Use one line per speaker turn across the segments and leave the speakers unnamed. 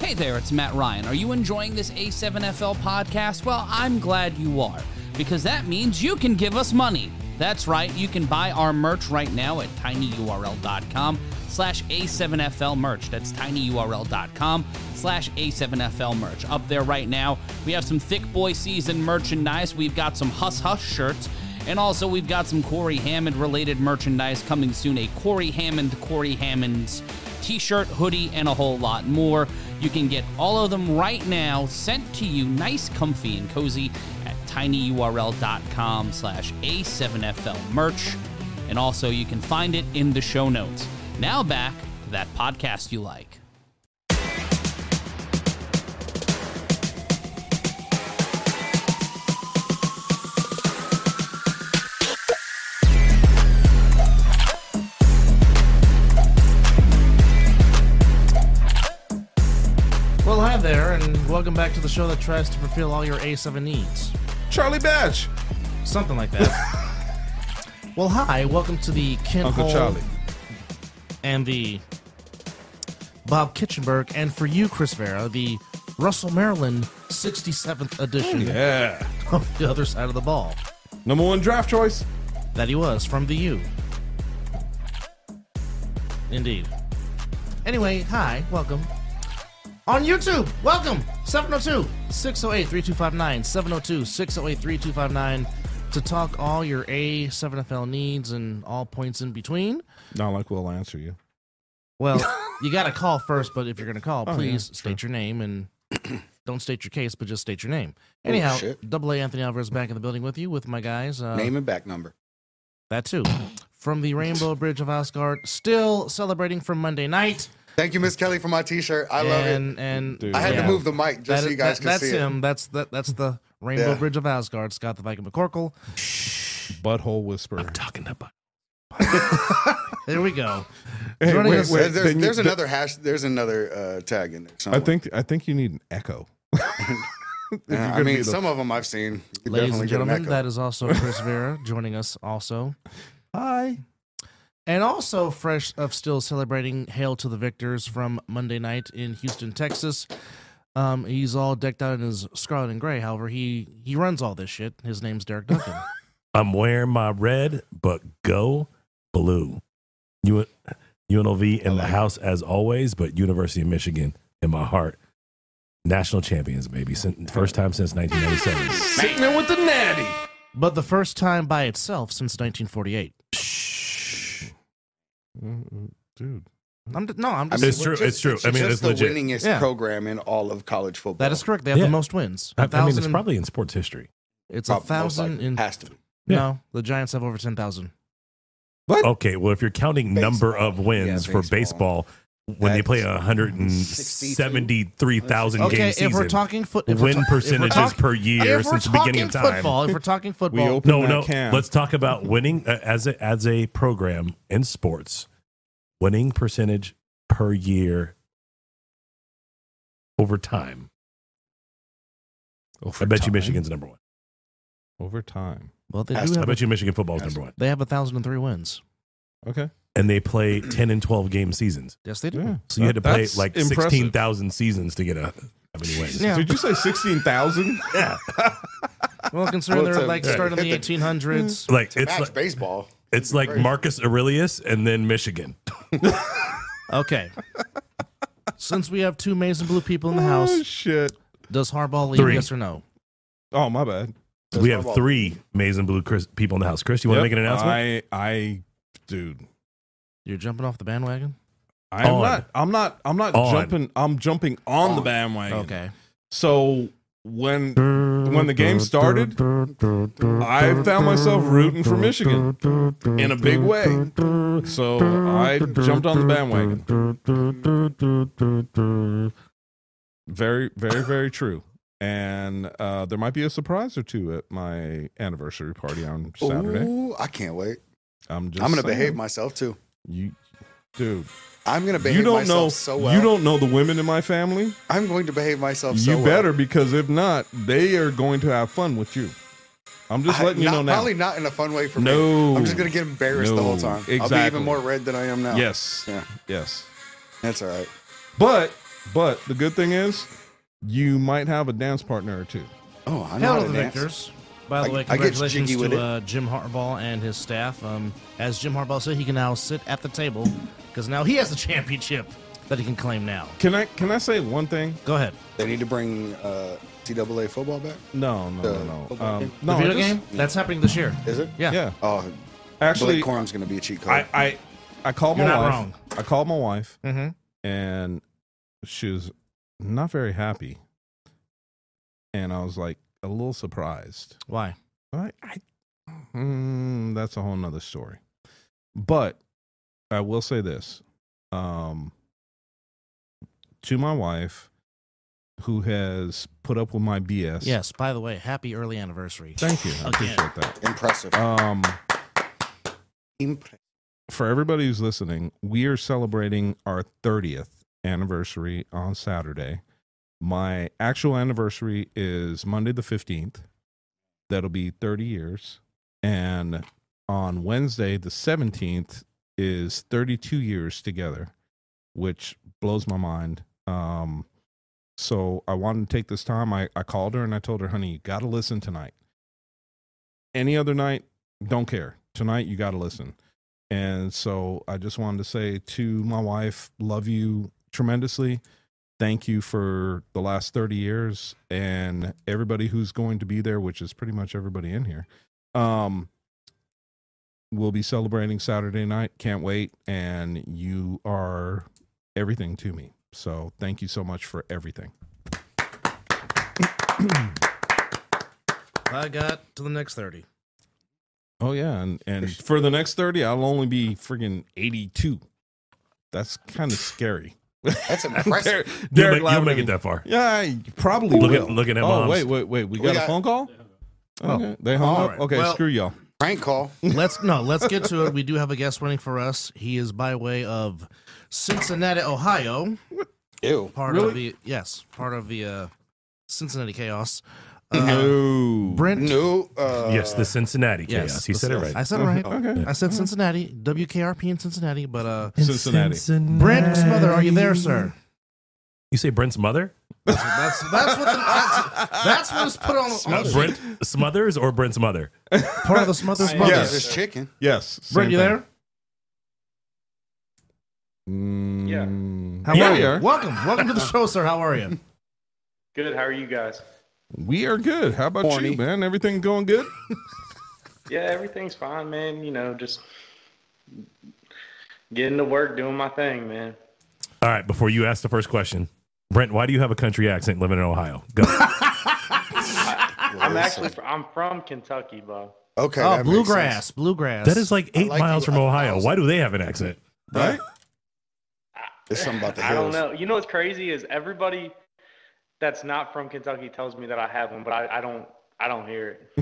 Hey there, it's Matt Ryan. Are you enjoying this A7FL podcast? Well, I'm glad you are, because that means you can give us money. That's right, you can buy our merch right now at tinyurl.com slash A7FL merch. That's tinyurl.com slash A7FL merch. Up there right now, we have some Thick Boy Season merchandise. We've got some Huss Hush shirts. And also, we've got some Corey Hammond related merchandise coming soon a Corey Hammond, Corey Hammond's t shirt, hoodie, and a whole lot more. You can get all of them right now sent to you nice, comfy, and cozy at tinyurl.com slash a7fl merch. And also, you can find it in the show notes. Now, back to that podcast you like.
Well, hi there, and welcome back to the show that tries to fulfill all your A7 needs.
Charlie Batch.
Something like that. well, hi, welcome to the Ken
Uncle
Hole
Charlie.
and the Bob Kitchenberg, and for you, Chris Vera, the Russell Maryland 67th edition
Oh, Yeah.
of The Other Side of the Ball.
Number one draft choice.
That he was from the U. Indeed. Anyway, hi, welcome. On YouTube, welcome! 702 608 3259, 702 608 3259 to talk all your A7FL needs and all points in between.
Not like we'll answer you.
Well, you got to call first, but if you're going to call,
Oh,
please
yeah,
state your name and don't state your case, but just state your name. Anyhow,
shit.
double A Anthony Alvarez back in the building with you with my guys. Uh,
Name and back number.
That too. From the Rainbow Bridge of Asgard, still celebrating from Monday night.
Thank you, Miss Kelly, for my T-shirt. I love it.
and, And
Dude.
I had
yeah.
to move the mic just
That
so
is-
you guys
that-
could
that's
see
him. That's that. That's the Rainbow
Yeah.
Bridge of Asgard. Scott the Viking McCorkle.
Butthole whisperer.
There we go.
Hey,
Joining
wait,
us-
it.
wait,
There- there's
then you-
there's
th-
another hash. There's another uh, tag in there.
I
somewhere.
think I think you need an echo. If
Yeah, Uh,
you're
I
gonna be
mean,
the-
some of them I've seen. You could
Ladies and
definitely get an
gentlemen,
echo.
that is also Chris Vera joining us also.
hi.
And also fresh of still celebrating Hail to the Victors from Monday night in Houston, Texas. Um, he's all decked out in his scarlet and gray. However, he he runs all this shit. His name's Derek Duncan.
I'm wearing my red, but go blue. UN, UNLV in the house as always, but University of Michigan in my heart. National champions, baby. Sin- First time since 1997.
Sitting there with the natty.
but the first time by itself since 1948.
Dude.
I'm d- no, I'm just
It's true, it's true. I mean,
just
it's
the
legit.
winningest
Yeah.
program in all of college football.
That is correct. They have
Yeah.
the most wins.
I,
A
I mean, it's
and-
probably in sports history.
it's a
Prob- most
thousand.
likely.
In,
has to be.
Yeah.
No, the Giants have over ten thousand.
Okay, well, if you're counting number
Baseball.
of wins
Yeah,
for
baseball.
baseball, when they
That's
play 173,000
Okay,
game
if
season,
we're talking foot, if we're
win
ta- if we're
percentages
talk-
per year
if we're
since the beginning of
talking
time.
Football, if we're talking
We
football,
open
no,
that
no.
can.
Let's talk about winning uh, as a, as a program in sports. Winning percentage per year over time.
Over
I bet you
time.
Michigan's number one.
over time.
well, they
Has
do
to
I
have.
bet you Michigan football's
Yes.
number one.
They have a thousand and three wins.
Okay.
And they play ten and twelve game seasons,
Yes, they do.
Yeah.
so you had to play
That's
like
impressive.
sixteen thousand seasons to get a how many wins.
Yeah.
Did you say sixteen thousand?
Yeah.
Well, considering
Well,
they're
to-
like
yeah.
starting in the eighteen
Mm.
hundreds.
Mm. like
Match
it's like,
baseball.
it's like
Crazy.
Marcus Aurelius and then Michigan.
Okay. Since we have two maize and blue people in the
Oh
house,
shit.
does Harbaugh leave?
Three.
Yes or no?
Oh my bad.
That's
we
my
have
ball.
three maize and blue Chris, people in the house. Chris, you want
Yep.
to make an announcement?
I I dude.
You're jumping off the bandwagon.
I'm
On.
not I'm not I'm not
On.
jumping I'm jumping on, the
On.
bandwagon.
Okay.
So when when the game started, I found myself rooting for Michigan in a big way. So I jumped on the bandwagon. Very, very, very true. And uh, there might be a surprise or two at my anniversary party on Saturday.
Ooh, I can't wait.
I'm just.
I'm gonna
saying.
behave myself too.
You, dude.
I'm gonna behave
You don't
myself
know.
so well.
You don't know the women in my family.
I'm going to behave myself. so
you
well.
better because if not, they are going to have fun with you. I'm just
I-
letting you
not-
know now.
Probably not in a fun way for me.
No.
I'm just gonna get embarrassed the
No.
whole time. I'll be
Exactly.
even more red than I am now.
Yes.
Yeah.
Yes.
That's all right.
But But the good thing is, you might have a dance partner or two.
Oh, I'm
Hail
not
to
a
the
dancer.
victors. By the
I-
way,
I get
congratulations
jiggy with
to
it.
uh, Jim Harbaugh and his staff. Um, as Jim Harbaugh said, he can now sit at the table because now he has the championship that he can claim now.
Can I can I say one thing?
Go ahead.
They need to bring uh, CAA football back.
No, no,
The
no, no.
football
Um,
game?
no
the video
I just-
game? That's happening this year.
Is it?
Yeah.
Yeah,
Oh,
actually,
Blake Corum's going to be a cheat code.
I, I I called
You're
my
not
wife.
wrong.
I called my wife,
Mm-hmm.
and she was not very happy. And I was like a little surprised.
Why?
I, I mm, that's a whole nother story. But I will say this, um, to my wife, who has put up with my BS.
Yes. By the way, happy early anniversary.
thank you.
Again.
I appreciate that.
Impressive.
Um,
Impressive.
for everybody who's listening, we are celebrating our 30th anniversary on Saturday. My actual anniversary is Monday the 15th. That'll be 30 years. And on Wednesday the 17th is 32 years together, which blows my mind. Um, so I wanted to take this time. I, I called her and I told her, honey, you got to listen tonight. Any other night, don't care. Tonight, you got to listen. And so I just wanted to say to my wife, love you tremendously. Thank you for the last 30 years and everybody who's going to be there, which is pretty much everybody in here. Um, we'll be celebrating Saturday night. Can't wait. And you are everything to me. So thank you so much for everything.
I got to the next 30.
Oh, yeah. And, and for the next 30, I'll only be friggin' 82. That's kind of scary.
That's impressive.
You'll
Derek
make- you'll
Loudermilk.
make it that far.
Yeah, I probably
Look
will.
at- look at them
Oh,
moms.
wait, wait, wait. We, got, a
got-
phone call? Okay. Oh, They hung
All
up?
right.
Okay,
Well-
screw y'all.
Prank call.
Let's no, let's get to it. We do have a guest running for us. He is by way of Cincinnati, Ohio.
Ew.
Part of
Really?
the yes, part of the uh, Cincinnati chaos. Uh,
no.
Uh-huh. Brent
No. Uh,
yes, the Cincinnati
yes,
chaos. He
the
said it
Cincinnati-
right.
I said it right.
Okay.
I said Cincinnati, WKRP in Cincinnati, but uh
Cincinnati.
Brent's mother, are you there, sir?
You say Brent's mother?
That's that's what the, that's, that's what is put on, on the
Brent Smothers or Brent's mother?
part of the smother's mother.
Yes.
Yes.
This chicken.
Yes. same
Brent, you
thing.
there?
Mm, yeah.
How are
we
you?
are.
Welcome, welcome to the show, sir. How are you?
Good. How are you guys?
We are good. How about
Horny.
you, man? Everything going good?
Yeah, everything's fine, man. You know, just getting to work, doing my thing, man.
All right, before you ask the first question, Brent, why do you have a country accent living in Ohio? Go.
I'm actually fr- I'm from Kentucky, Bob.
Okay. that
Oh,
makes sense.
bluegrass, bluegrass.
that is like eight
like
miles
you
from
a
Ohio.
thousand.
Why do they have an accent?
Right?
There's something about the
I don't
hills.
know. You know what's crazy is everybody that's not from Kentucky tells me that I have one, but I, I don't I don't hear it.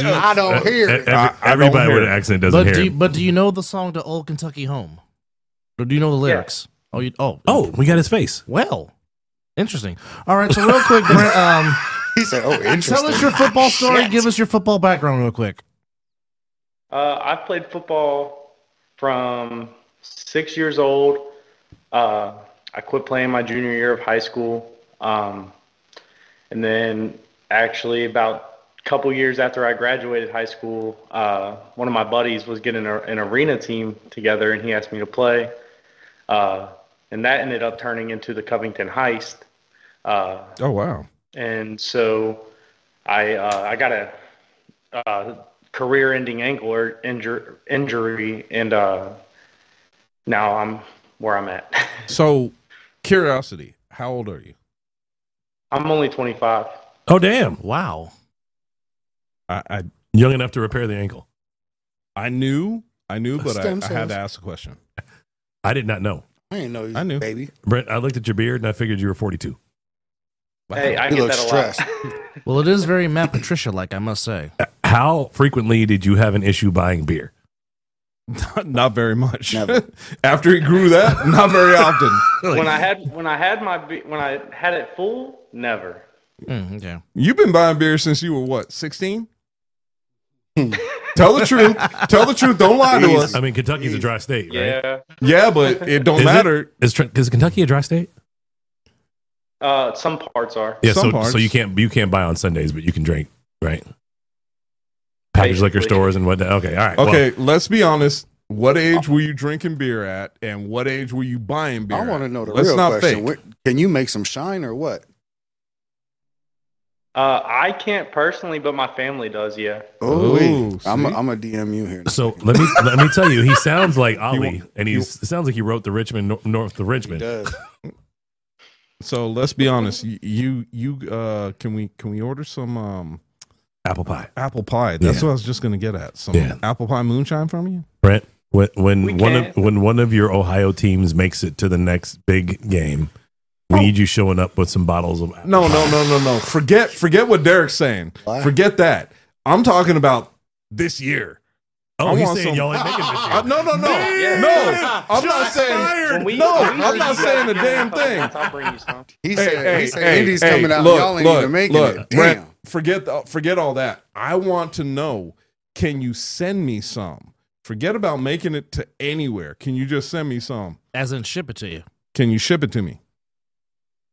I don't hear
E-
it.
every-
I- I don't
everybody
hear
with
it.
an accent doesn't
But
hear.
do, you,
it.
but do you know the song to Old Kentucky Home? Or do you know the lyrics? Oh, you, oh,
oh, we got his face.
well, interesting. All right, so real quick, Brent, um,
He said, "Oh, interesting."
tell us your football story. Give us your football background real quick.
Uh, I played football from six years old. Uh, I quit playing my junior year of high school, um, and then actually about a couple years after I graduated high school, uh, one of my buddies was getting a, an arena team together, and he asked me to play, uh, and that ended up turning into the Covington Heist. Uh,
Oh, wow.
and so I uh, I got a uh, career-ending ankle or injur- injury, and uh, now I'm where I'm at.
So, curiosity. How old are you?
I'm only 25.
Oh, damn!
Wow.
I I,
Young enough to repair the ankle.
I knew. I knew, but I,
Stem
I had
cells.
to ask a question.
I did not know,
I didn't know. You,
I knew.
baby.
Brent. I looked at your beard and I figured you were forty-two.
Hey, I
You
get
look
that a
stressed.
lot.
Well, it is very Matt Patricia like, I must say.
How frequently did you have an issue buying beer?
Not, not very much.
Never.
After he grew that, not very often.
when I had when I had my be- when I had it full, never.
Mm, okay.
You've been buying beer since you were what, 16?
Hmm.
Tell the truth. Tell the truth. Don't lie to us.
I mean, Kentucky's a dry state, right?
Yeah,
Yeah, but it don't
Is it?
matter.
Is, Tr- is Kentucky a dry state?
Uh, some parts are.
Yeah,
Some
so
parts.
so you can't you can't buy on Sundays, but you can drink, right? Packaged liquor
Basically.
stores and whatnot. Okay, all right. well,
Okay, let's be honest. What age were you drinking beer at, and what age were you buying beer?
I want
at?
to know the
Let's
real
not
question.
fake.
What- Can you make some shine or what?
Uh, I can't personally, but my family does. Yeah.
Oh,
Ooh,
wait. I'm a,
see?
I'm a DM you here.
so let me let me tell you, he sounds like
wa-
Ali, and he's it sounds like he wrote the Richmond Nor- North the
He
Richmond.
does.
So let's be honest. y- You you uh, can we can we order some um,
Apple pie.
apple pie? That's
Yeah.
what I was just gonna get at. Some
Yeah.
apple pie moonshine from you.
Brent, when
We
when one of
can't.
when one of your Ohio teams makes it to the next big game, we
Oh.
need you showing up with some bottles of
No no no no no. Forget forget what Derek's saying.
Why?
Forget that. I'm talking about this year.
Oh,
I
he's
want
saying
some-
y'all ain't making this year.
Uh, no no no
Yeah.
no. I'm not saying.
When we-
No,
when we
I'm
reach
not
that
saying a
time,
damn thing.
I'll bring you some.
He
Hey,
said,
hey,
he said
hey,
Indy's
hey,
coming out.
look,
y'all ain't
look,
even making
look,
it.
Brent,
Damn.
forget the, forget all that. I want to know. Can you send me some? Forget about making it to anywhere. Can you just send me some?
As in, ship it to you.
Can you ship it to me?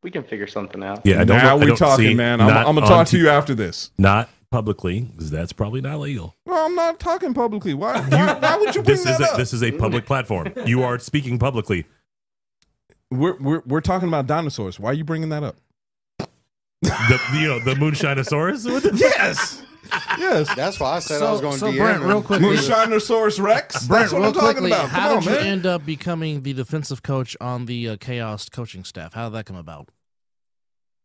We can figure something out.
Yeah, I don't,
now
I
we
don't-
talking,
see,
man. I'm,
not
I'm gonna
on
talk to
t-
you after this.
Not publicly, because that's probably not legal.
No, I'm not talking publicly. Why? Why, why would you bring
This is
that
a,
up?
this is a public platform. You are speaking publicly.
We're, we're we're talking about dinosaurs. Why are you bringing that up?
The you know the moonshinosaurus. What the-
Yes, yes.
That's why I said I was going to
so
DM
Brent,
him.
real quickly.
Moonshinosaurus Rex.
Brent,
That's what
real
I'm talking
quickly,
about.
how
Come on,
did you
man.
end up becoming the defensive coach on the uh, Chaos coaching staff? How did that come about?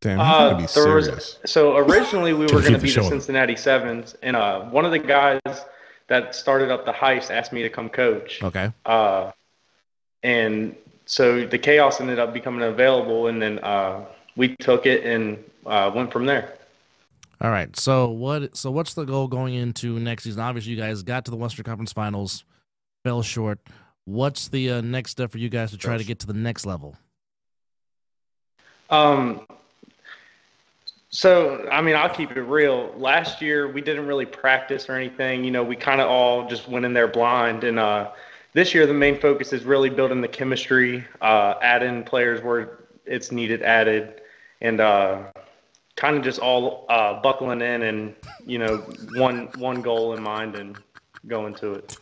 Damn, he's
Uh,
gotta be
there was-
serious.
so originally we
Can
were
we
going to
keep
be the
it short?
Cincinnati Sevens, and uh, one of the guys that started up the heist asked me to come coach.
Okay.
Uh, and so the chaos ended up becoming available, and then uh, we took it and uh, went from there.
All right. So what? So what's the goal going into next season? Obviously, you guys got to the Western Conference Finals, fell short. What's the uh, next step for you guys to try to get to the next level?
Um, so, I mean, I'll keep it real. Last year, we didn't really practice or anything. You know, we kind of all just went in there blind. And uh, this year, the main focus is really building the chemistry, uh, adding players where it's needed added, and uh, kind of just all uh, buckling in and you know one one goal in mind and going to it.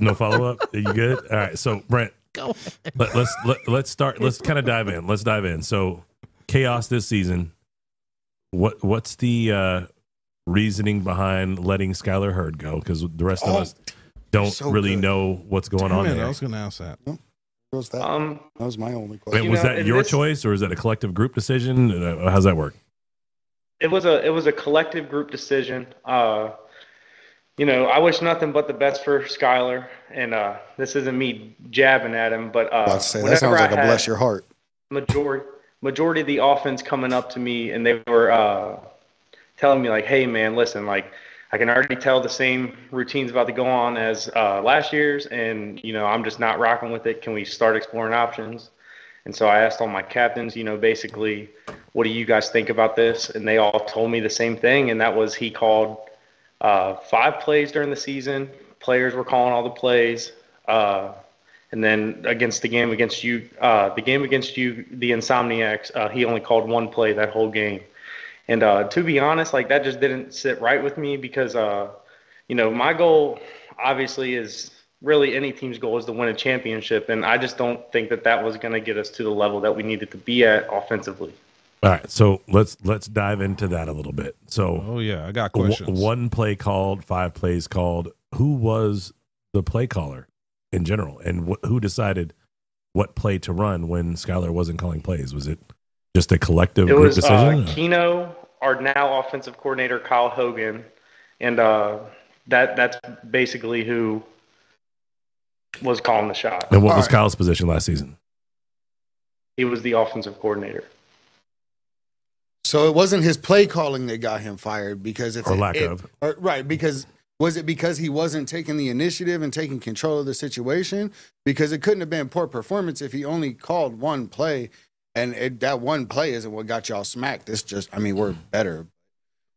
no follow up. Are you good? All right. So Brent,
Go
let, let's let, let's start. Let's kind of dive in. Let's dive in. So chaos this season. What what's the uh, reasoning behind letting Skylar Hurd go? Because the rest of
Oh,
us don't
so
really
good.
know what's going
Damn
on
it,
there.
I was gonna ask that.
What's that?
Um,
that was my only
I mean,
question.
you
was
know,
that
and
your
this-
choice or is that a collective group decision? Uh, How's that work?
it was a it was a collective group decision. Uh, you know, I wish nothing but the best for Skylar, and uh, this isn't me jabbing at him, but uh,
I was about to say, that
whenever
sounds
I
like a
had
bless your heart.
majority majority of the offense coming up to me, and they were uh, telling me like, "Hey, man, listen, like." I can already tell the same routine's about to go on as uh, last year's, and you know I'm just not rocking with it. Can we start exploring options? And so I asked all my captains, you know, basically, what do you guys think about this? And they all told me the same thing, and that was he called uh, five plays during the season. Players were calling all the plays, uh, and then against the game against you, uh, the game against you, the Insomniacs, uh, he only called one play that whole game. And uh, to be honest, like that just didn't sit right with me because, uh, you know, my goal obviously is really any team's goal is to win a championship. And I just don't think that that was going to get us to the level that we needed to be at offensively.
All right. So let's let's dive into that a little bit. So
Oh yeah, I got
W-
questions.
one play called, five plays called. Who was the play caller in general, and wh- who decided what play to run when Skylar wasn't calling plays? Was it just a collective
It
group
was uh,
decision?
Keno, our now offensive coordinator Kyle Hogan, and uh, that that's basically who was calling the shot.
and what was
Alright.
Kyle's position last season?
He was the offensive coordinator.
So it wasn't his play calling that got him fired because if
Or
it-
lack
it-
of.
or- right because was it because he wasn't taking the initiative and taking control of the situation because it couldn't have been poor performance if he only called one play and it, that one play isn't what got y'all smacked. It's just I mean we're better.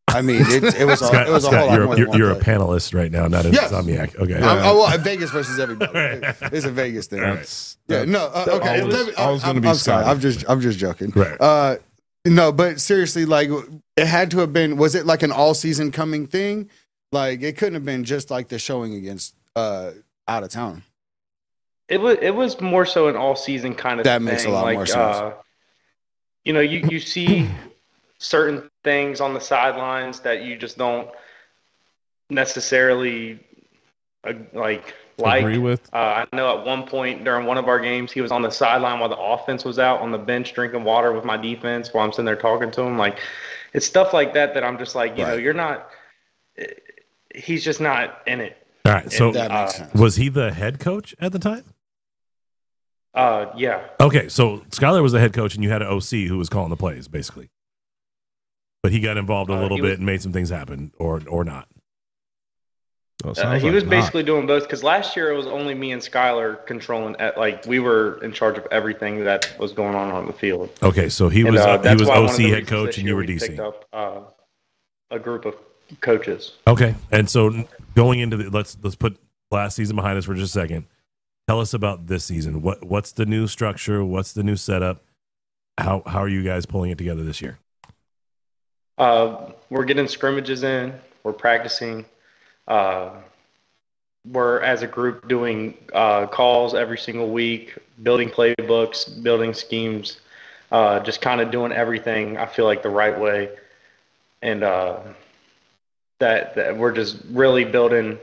I mean, it, it was a,
Scott,
it was a
Scott,
whole lot
you're,
more.
you're,
than one
you're a
play.
panelist right now, not a
Yes.
insomniac. Okay.
I'm- I'm- well, Vegas versus everybody. It's a Vegas thing.
That's,
Yeah,
that's-
no, uh,
that
okay.
always-
let me-
always
I'm-
gonna be
I'm sorry.
Scotty.
I'm just, I'm just joking.
Right.
Uh, no, but seriously, like it had to have been. Was it like an all season coming thing? Like it couldn't have been just like the showing against uh out of town.
It was it was more so an all season kind of
That
thing.
makes a lot
like,
more sense.
Uh, you know, you, you see certain things on the sidelines that you just don't necessarily uh, like like.
agree with.
Uh, I know at one point during one of our games, he was on the sideline while the offense was out on the bench drinking water with my defense while I'm sitting there talking to him. Like, it's stuff like that that I'm just like, you know,
Right.
you're not. eh, He's just not in it.
All right. So
That
Uh,
makes sense.
was he the head coach at the time?
Uh, yeah.
Okay. So Skyler was the head coach, and you had an OC who was calling the plays, basically. But he got involved a
Uh,
little
he
bit
was-
and made some things happen, or or not.
Oh, it
Uh,
sounds
he
like
was
not.
basically doing both because last year it was only me and Skylar controlling. At, like we were in charge of everything that was going on on the field.
Okay. So he
And,
was
uh,
uh, he
that's
was
why one of
OC
the
head
reasons
coach,
this
and you
year
were
we
DC.
Picked up uh, a group of coaches.
Okay, and so going into the, let's let's put last season behind us for just a second. Tell us about this season. What what's the new structure? What's the new setup? How how are you guys pulling it together this year?
Uh, we're getting scrimmages in. We're practicing. Uh, we're as a group doing uh, calls every single week, building playbooks, building schemes, uh, just kind of doing everything. I feel like the right way, and uh, that that we're just really building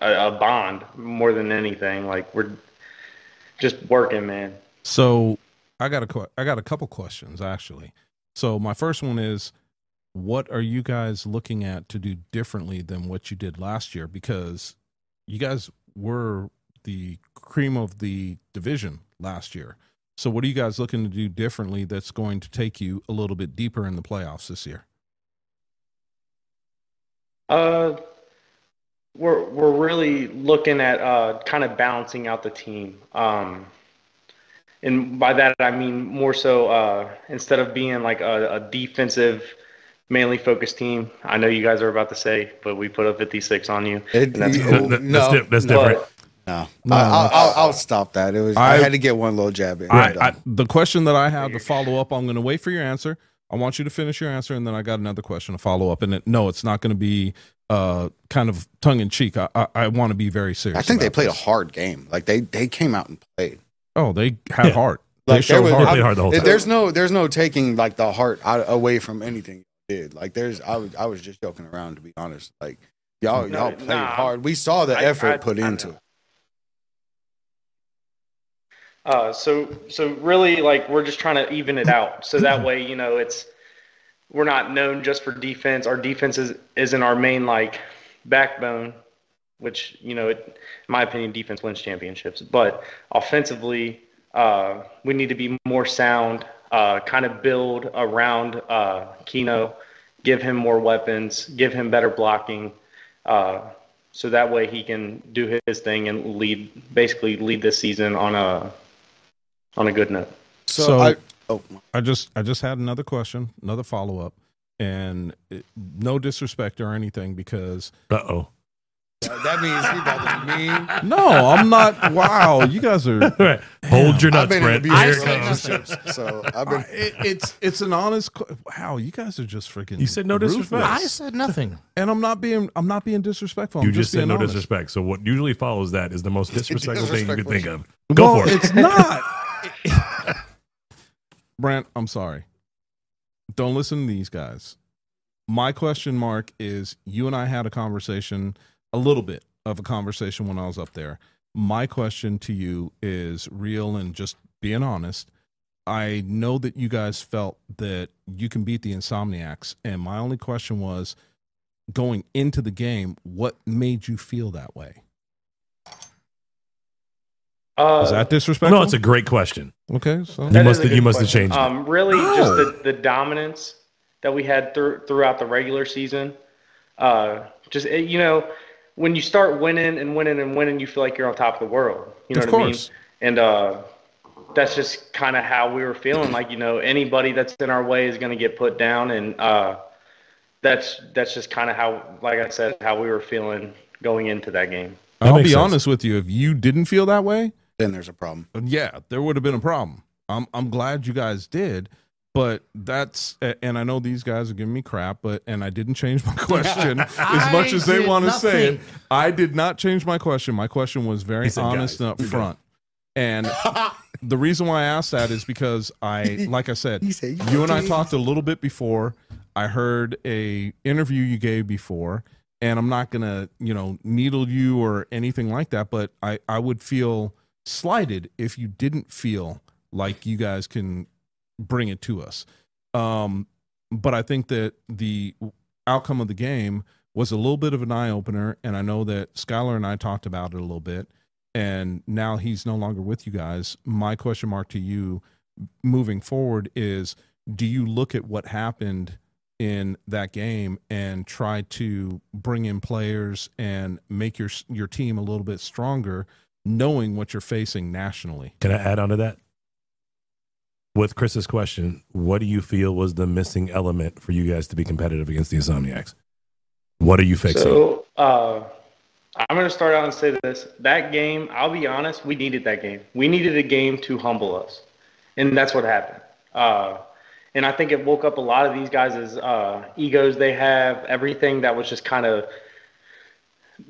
a, a bond more than anything. Like we're just working, man.
So I got a que- I got a couple questions actually. So my first one is, what are you guys looking at to do differently than what you did last year? Because you guys were the cream of the division last year. So what are you guys looking to do differently that's going to take you a little bit deeper in the playoffs this year?
Uh, we're we're really looking at uh, kind of balancing out the team. Um, and by that I mean more so uh, instead of being like a, a defensive, mainly focused team. I know you guys are about to say, but we put a 56 on you.
It,
That's
you-
cool.
That- that-
no,
that's, di- that's
but-
different.
no.
No.
I, I'll, I'll, I'll stop that. It was. I,
I-
had to get one little jab in.
I,
I'm
I,
done.
the question that I have to follow up, I'm going to wait for your answer. I want you to finish your answer, and then I got another question to follow up. And it, no, it's not going to be uh, kind of tongue in cheek. I, I, I want to be very serious.
I think they
about
played a
this.
hard game. Like they they came out and played.
Oh, they had
Yeah.
heart. they
Like
showed
was-
heart.
They played hard the whole
There-
time.
There's no there's no taking like the heart out, away from anything you did. Like there's I was I was just joking around to be honest. Like y'all
No,
y'all played
nah.
hard. We saw the
I-
effort
I-
put
I
into
know.
it.
Uh, so so really like we're just trying to even it out so that way you know it's we're not known just for defense. Our defense is isn't our main like backbone, which you know it, in my opinion defense wins championships. But offensively, uh, we need to be more sound. Uh, kind of build around uh, Keno, give him more weapons, give him better blocking. Uh, so that way he can do his thing and lead basically lead this season on a on a good note.
So,
So-
I oh
I just I just had another question, another follow up, and it, no disrespect or anything because
Uh oh.
that means he about to be mean.
no, I'm not. Wow, you guys are
Right. Hold your
I've
nuts,
been in
Brent.
abusive
Here it comes.
relationships. So I've been
I- Uh, it- it's it's an honest. qu- Wow, you guys are just freaking.
You said no disrespect.
I
ruthless.
said nothing.
and I'm not being I'm not being disrespectful. Oh, I'm
You just said
being
no
honest.
disrespect. So what usually follows that is the most disrespectful thing you could think of. Go
Well,
for it.
It's not. Brent, I'm sorry. Don't listen to these guys. My question mark is you and I had a conversation, a little bit of a conversation when I was up there. My question to you is real and just being honest. I know that you guys felt that you can beat the Insomniacs. And my only question was going into the game, what made you feel that way?
Uh,
Is that disrespectful?
No, it's a great question.
okay. So Oh.
You
that is
must
a
have- you
good
must have
question.
changed it.
Um, really,
How?
just the, the dominance that we had thr- throughout the regular season. Uh, just eh, you know, when you start winning and winning and winning, you feel like you're on top of the world. You know
Of
what
course.
I mean? And uh, that's just kind of how we were feeling. Like you know, anybody that's in our way is going to get put down, and uh, that's that's just kind of how, like I said, how we were feeling going into that game.
That
I'll be
makes sense.
honest with you. If you didn't feel that way,
Then there's a problem.
yeah, there would have been a problem. I'm I'm glad you guys did, but that's a- and I know these guys are giving me crap, but and I didn't change my question as
I
much as they
did
want to say it.
nothing.
I did not change my question. My question was very
He said,
honest
"Guys,
and upfront, and the reason why I asked that is because I, like I said,
He said,
you and I talked a little bit before. I heard a interview you gave before, and I'm not gonna, you know, needle you or anything like that. But I, I would feel slighted if you didn't feel like you guys can bring it to us. Um, but I think that the outcome of the game was a little bit of an eye opener, and I know that Skylar and I talked about it a little bit. And now he's no longer with you guys. My question mark to you moving forward is do you look at what happened in that game and try to bring in players and make your your team a little bit stronger knowing what you're facing nationally
Can I add on to that? With Chris's question, what do you feel was the missing element for you guys to be competitive against the Insomniacs? What are you fixing?
So uh, I'm going to start out and say this. That game, I'll be honest, we needed that game. We needed a game to humble us. And that's what happened. Uh, and I think it woke up a lot of these guys' uh, egos they have, everything that was just kind of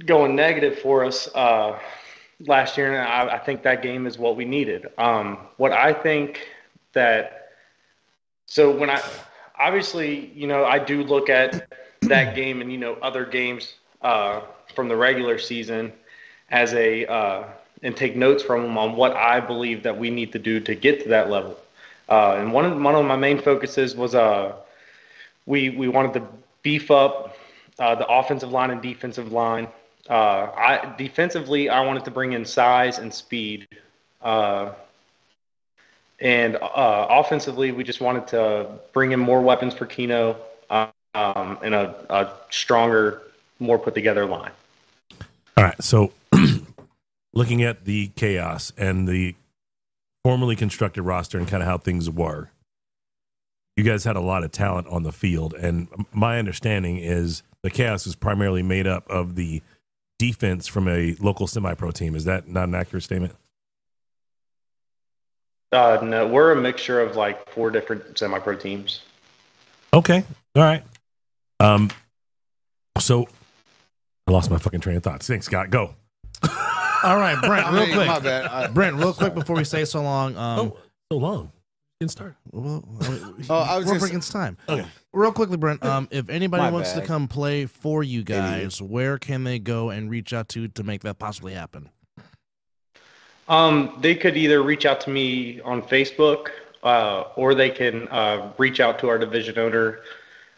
going negative for us uh, last year. And I, I think that game is what we needed. Um, what I think that so when I obviously, you know, I do look at that game and you know other games uh, from the regular season as a uh, and take notes from them on what I believe that we need to do to get to that level. Uh, and one of one of my main focuses was uh, we we wanted to beef up uh, the offensive line and defensive line. Uh, I defensively, I wanted to bring in size and speed. Uh, and uh, offensively, we just wanted to bring in more weapons for Keno um, and a, a stronger, more put together line.
All right. So, looking at the chaos and the formerly constructed roster and kind of how things were, you guys had a lot of talent on the field. And my understanding is the chaos was primarily made up of the defense from a local semi pro team. Is that not an accurate statement?
Uh, no, we're a mixture of like four different semi pro teams.
Okay. All right. Um, so, I lost my fucking train of thoughts. Thanks, Scott. Go.
All right, Brent,
I
real
mean,
quick.
My bad. I-
Brent, real quick before we stay so long. Um,
oh, so long. Didn't start.
well,
Oh, I was gonna
we're
say-
breaking time.
Okay.
Real quickly, Brent. Um, if anybody
My
wants to
bad.
come play for you guys, where can they go and reach out to to make that possibly happen?
Um, they could either reach out to me on Facebook uh, or they can uh, reach out to our division owner,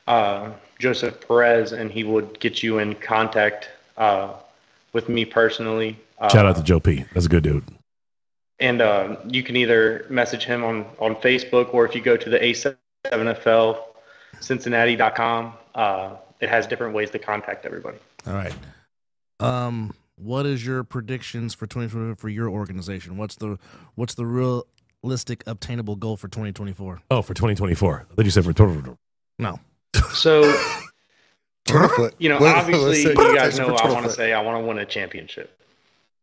uh, Joseph Perez, and he would get you in contact uh, with me personally. Uh,
Shout out to Joe P. That's a good dude.
and uh, you can either message him on, on Facebook or if you go to the A7FL Cincinnati.com, uh, it has different ways to contact everybody.
All right. Um, what is your predictions for 2024 for your organization? What's the what's the realistic obtainable goal for 2024?
Oh, for 2024. I thought you said for 2024.
No.
So,
Turtlefoot.
you know,
What- let's
obviously,
say-
you guys know
Turtlefoot.
I want to say I want to win a championship,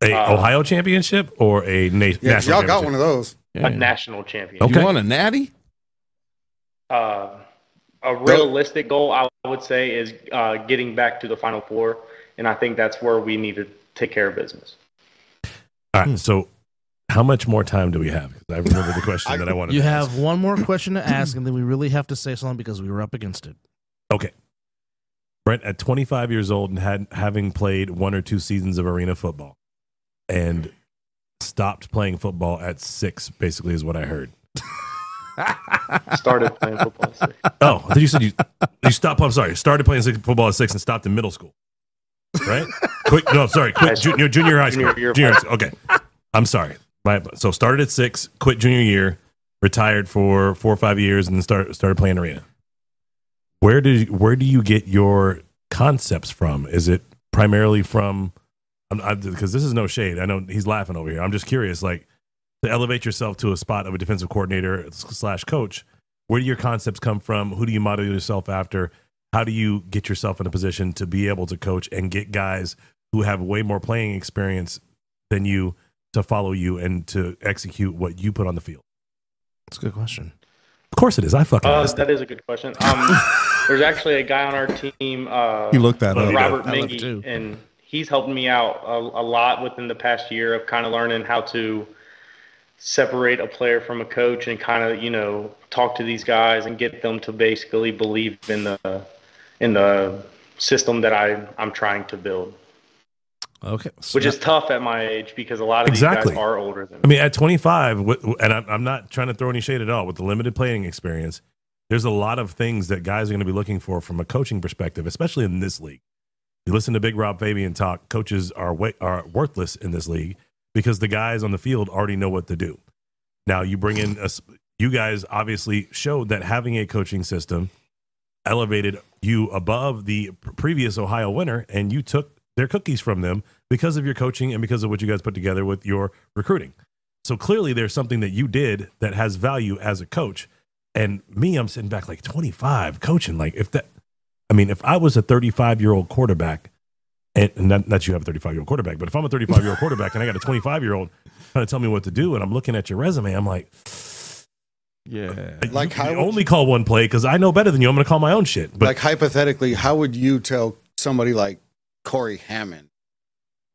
A
Uh,
Ohio championship or a na-
Yeah, 'cause
national
y'all got one of those.
a national championship.
Okay.
you want a natty
Uh, a realistic goal, I would say, is uh, getting back to the Final Four. And I think that's where we need to take care of business.
All right. So, how much more time do we have? 'Cause I remember the question that I wanted
You
to ask.
have one more question to ask, and then we really have to say something because we were up against it.
Brent at 25 years old and had having played one or two seasons of arena football and stopped playing football at six, basically, is what I heard.
Started playing football. so-
Oh, I thought you said you, you stopped. I'm sorry. Started playing six- football at six and stopped in middle school, right? quick. No, sorry.
High
Quit
school.
junior, junior high school.
Junior year of
Junior
high
high school. Okay. I'm sorry. My, so started at six, quit junior year, retired for four or five years, and then start, started playing arena. Where did where do you get your concepts from? Is it primarily from? Because this is no shade. I know he's laughing over here. I'm just curious. Like to elevate yourself to a spot of a defensive coordinator slash coach, where do your concepts come from? Who do you model yourself after? how do you get yourself in a position to be able to coach and get guys who have way more playing experience than you to follow you and to execute what you put on the field?
That's a good question.
Of course it is. I fucking
Uh,
asked
that is a good question. Um, there's actually a guy on our team. Uh,
You look that
Well,
up.
you know,
Robert
I love it too.
Mingy, and he's helped me out a, a lot within the past year of kind of learning how to separate a player from a coach and kind of you know talk to these guys and get them to basically believe in the in the system that I I'm trying to build,
Okay. so
which is tough at my age because a lot of these
Exactly.
guys are older than me.
I mean, at 25, wi- w- and I'm, I'm not trying to throw any shade at all, with the limited playing experience, there's a lot of things that guys are going to be looking for from a coaching perspective, especially in this league. You listen to Big Rob Fabian talk, coaches are, wa- are worthless in this league because the guys on the field already know what to do. Now, you bring in, a, s- you guys obviously showed that having a coaching system elevated you above the p- previous Ohio winner, and you took their cookies from them because of your coaching and because of what you guys put together with your recruiting. So clearly, there's something that you did that has value as a coach. And me, I'm sitting back like 25 coaching. Like, if that, I mean, if I was a 35 year old quarterback, and, and not, not you have a 35 year old quarterback, but if I'm a 35 year old quarterback and I got a 25 year old trying to tell me what to do, and I'm looking at your resume, I'm like, uh,
Yeah.
Like,
you,
how
you
would
only call one play because I know better than you. I'm going to call my own shit. But
like hypothetically, how would you tell somebody like Corey Hammond?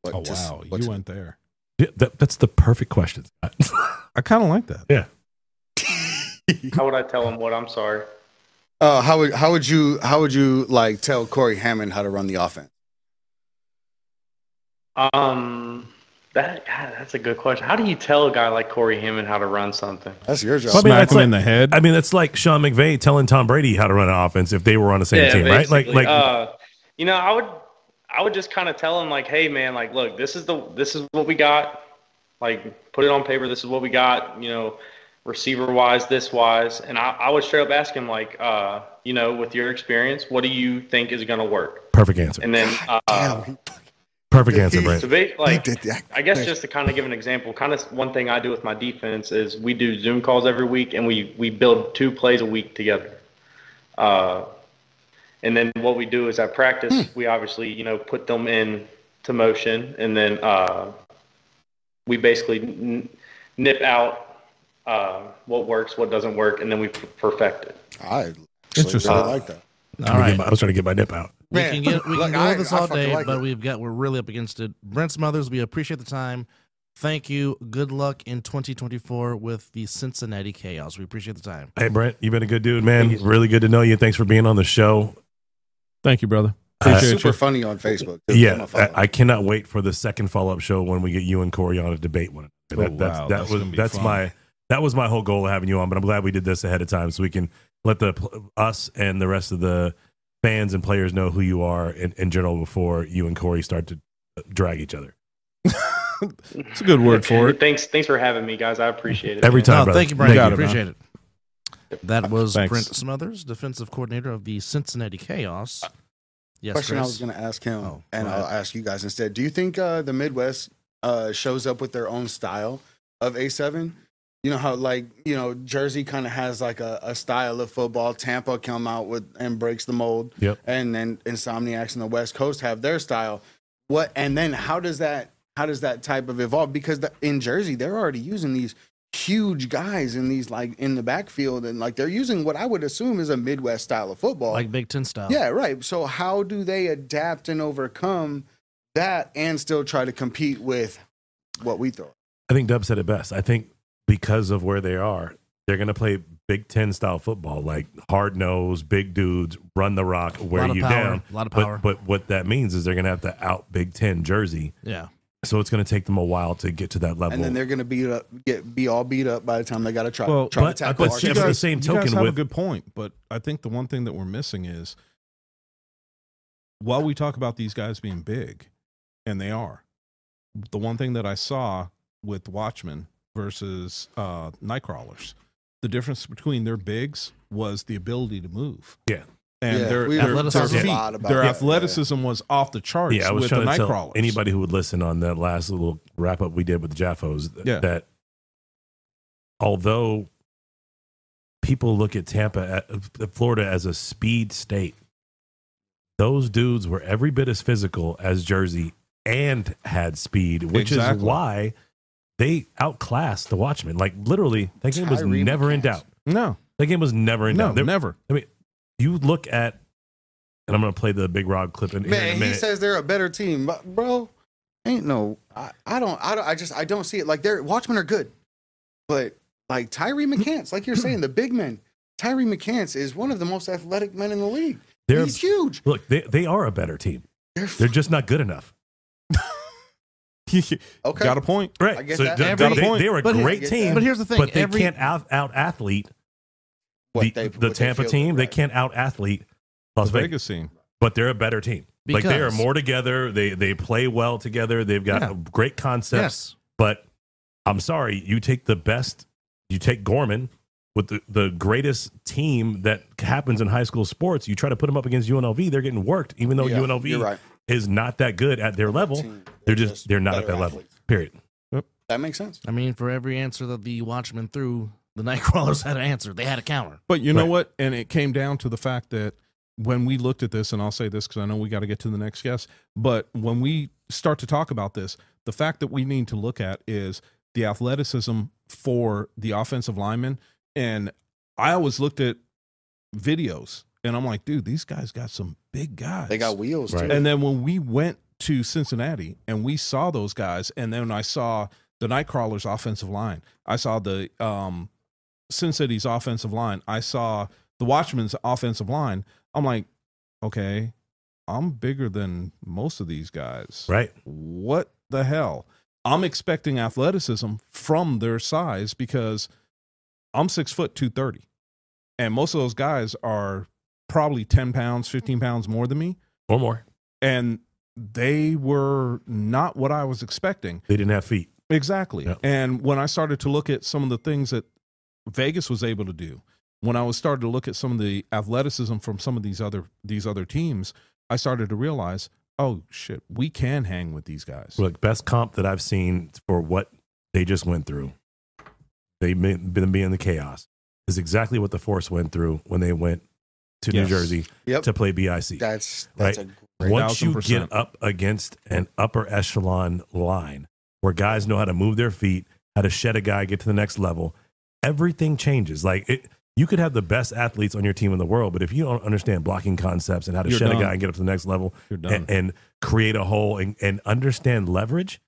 What
Oh
to s-
wow,
what
you
to-
went there.
Yeah, that, that's the perfect question. Scott.
I kind of like that.
How would I tell them what I'm sorry?
Uh, how would how would you how would you like tell Corey Hammond how to run the offense?
Um, that God, that's a good question. How do you tell a guy like Corey Hammond how to run something?
That's your job.
I mean,
Smack
that's
him in
like-
the head.
I mean, it's like Sean McVay telling Tom Brady how to run an offense if they were on the same team, right? Like,
basically.
like
uh, you know, I would, I would just kind of tell him like, hey, man, like, look, this is the, this is what we got. Like, put it on paper. This is what we got. You know, receiver wise, this wise, and I, I would straight up ask him like, uh, you know, with your experience, what do you think is gonna work?
perfect answer.
And then, uh,
Damn, he,
Perfect answer, Brent.
so ba- like,
he did that.
I guess just to kind of give an example, kind of one thing I do with my defense is we do Zoom calls every week and we, we build two plays a week together. Uh, and then what we do is at practice, we obviously, you know, put them in to motion and then uh, we basically n- nip out uh, what works, what doesn't work, and then we p- perfect it.
I actually
Interesting.
really like that.
All right.
I was trying to get my nip out.
We
Man,
can get we
look,
can go
I-
with this
I
all
fucking
day,
like
but
it.
we've got we're really up against it. Brent Smothers, we appreciate the time. Thank you. Good luck in 2024 with the Cincinnati Chaos. We appreciate the time.
Hey, Brent, you've been a good dude, man. Really good to know you. Thanks for being on the show.
Thank you, brother.
Uh,
Appreciate
Super
you.
funny on Facebook. too. Give him
Yeah,
a follow.
I, I cannot wait for the second follow up show when we get you and Corey on a debate one.
Oh,
That, that's, that
wow, that's
was
gonna be
that's
fun.
my that was my whole goal of having you on. But I'm glad we did this ahead of time so we can let the pl- us and the rest of the fans and players know who you are in, in general before you and Corey start to drag each other.
It's a good word for it.
thanks, thanks for having me, guys. I appreciate it.
Every
man.
time.
no,
brother.
thank you, Brent.
Thank you.
appreciate it. That was
Thanks.
Brent Smothers, defensive coordinator of the Cincinnati Chaos. Yes,
question I
Chris?
was going to ask him,
Oh,
and
go
I'll ask you guys instead. Do you think uh, the Midwest uh, shows up with their own style of A7? You know how, like, you know, Jersey kind of has like a, a style of football. Tampa come out with and breaks the mold.
Yep.
And then Insomniacs in the West Coast have their style. What and then how does that how does that type of evolve? Because the, in Jersey they're already using these huge guys in these like in the backfield and like they're using what I would assume is a Midwest style of football.
like Big Ten style.
Yeah, right. So how do they adapt and overcome that and still try to compete with what we throw?
I think Dub said it best. I think because of where they are, they're going to play Big Ten style football, like hard nose, big dudes, run the rock, wear
lot of
you
power,
down.
lot of
But-
power.
But, what that means is they're going to have to out Big Ten Jersey.
yeah.
So it's going to take them a while to get to that level.
And then they're going to beat up, get be all beat up by the time they got to try,
Well,
try
but-
to tackle.
but
our
you
you
But
guys-
the
guys,
same
you
token
guys have a
with-
good point, but I think the one thing that we're missing is while we talk about these guys being big, and they are, the one thing that I saw with Watchmen versus uh, Nightcrawlers, the difference between their bigs was the ability to move.
Yeah.
And
Yeah,
their,
we
their,
talked
their
a
feet,
lot about
their
that, yeah.
athleticism was off the charts
yeah, I was
with the
trying to tell
Nightcrawlers.
anybody who would listen on that last little wrap up we did with the Jaffos th-
Yeah.
that although uh, people look at Tampa, at, Florida as a speed state, Those dudes were every bit as physical as Jersey and had speed, which is
Exactly.
why they outclassed the Watchmen. Like literally, that game was
Tyree
never in
McCants.
doubt.
No,
That game was never in
no,
doubt. There-
never.
You look at, and I'm gonna play the Big Rob clip in, here in a
Man, he
minute.
says they're a better team, but bro, ain't no. I, I don't. I don't. I just. I don't see it. Like they're Watchmen are good, but like Tyree McCants, like you're saying, the big men. Tyree McCants is one of the most athletic men in the league.
they're
He's huge.
look, they they are a better team.
They're,
They're
f
just not good enough.
okay.
Got a point.
Right.
I get
so
that.
they-
Every-
they, they were a
but here-
great
I get
team,
that.
But here's the thing.
but they
every,
can't out out athlete
what
the,
they-
the
what they
Tampa
feel,
team. They
right.
can't out athlete Las
The
Vegas.
Vegas team.
but they're a better team. like they are
Because-
more together. They they play well together. They've got
Yeah.
great concepts.
yes.
But I'm sorry, you take the best. You take Gorman with the, the greatest team that happens in high school sports. You try to put them up against UNLV. They're getting worked, even though
Yeah,
UNLV
You're right.
is not that good at their level.
Team.
They're just they're not at
better
that level.
athletes.
Period.
That makes sense.
I mean, for every answer that the Watchmen threw, the Nightcrawlers had an answer. They had a counter.
But you know
Right.
what? And it came down to the fact that when we looked at this, and I'll say this because I know we got to get to the next guest, but when we start to talk about this, the fact that we need to look at is the athleticism for the offensive linemen. And I always looked at videos and I'm like, dude, these guys got some big guys.
They got wheels
Right.
too.
And then when we went to Cincinnati and we saw those guys, and then I saw the Nightcrawlers' offensive line, I saw the um, Sin City's offensive line, I saw the Watchmen's offensive line. I'm like, okay, I'm bigger than most of these guys.
Right.
What the hell? I'm expecting athleticism from their size because I'm six foot two thirty, and most of those guys are probably ten pounds, fifteen pounds more than me
Or more.
and they were not what I was expecting.
They didn't have feet.
Exactly.
Yeah.
And when I started to look at some of the things that Vegas was able to do, when I was started to look at some of the athleticism from some of these other these other teams, I started to realize, oh shit, we can hang with these guys.
Look, best comp that I've seen for what they just went through, they've been, been being the chaos, is exactly what the Force went through when they went to
Yes.
New Jersey
Yep.
to play BIC.
That's that's a great.
Once you get
1000%.
up against an upper echelon line where guys know how to move their feet, how to shed a guy, get to the next level, everything changes. Like it, you could have the best athletes on your team in the world, but if you don't understand blocking concepts and how to
You're
shed a
done.
guy and get up to the next level,
You're done.
and, and create a hole and, and understand leverage,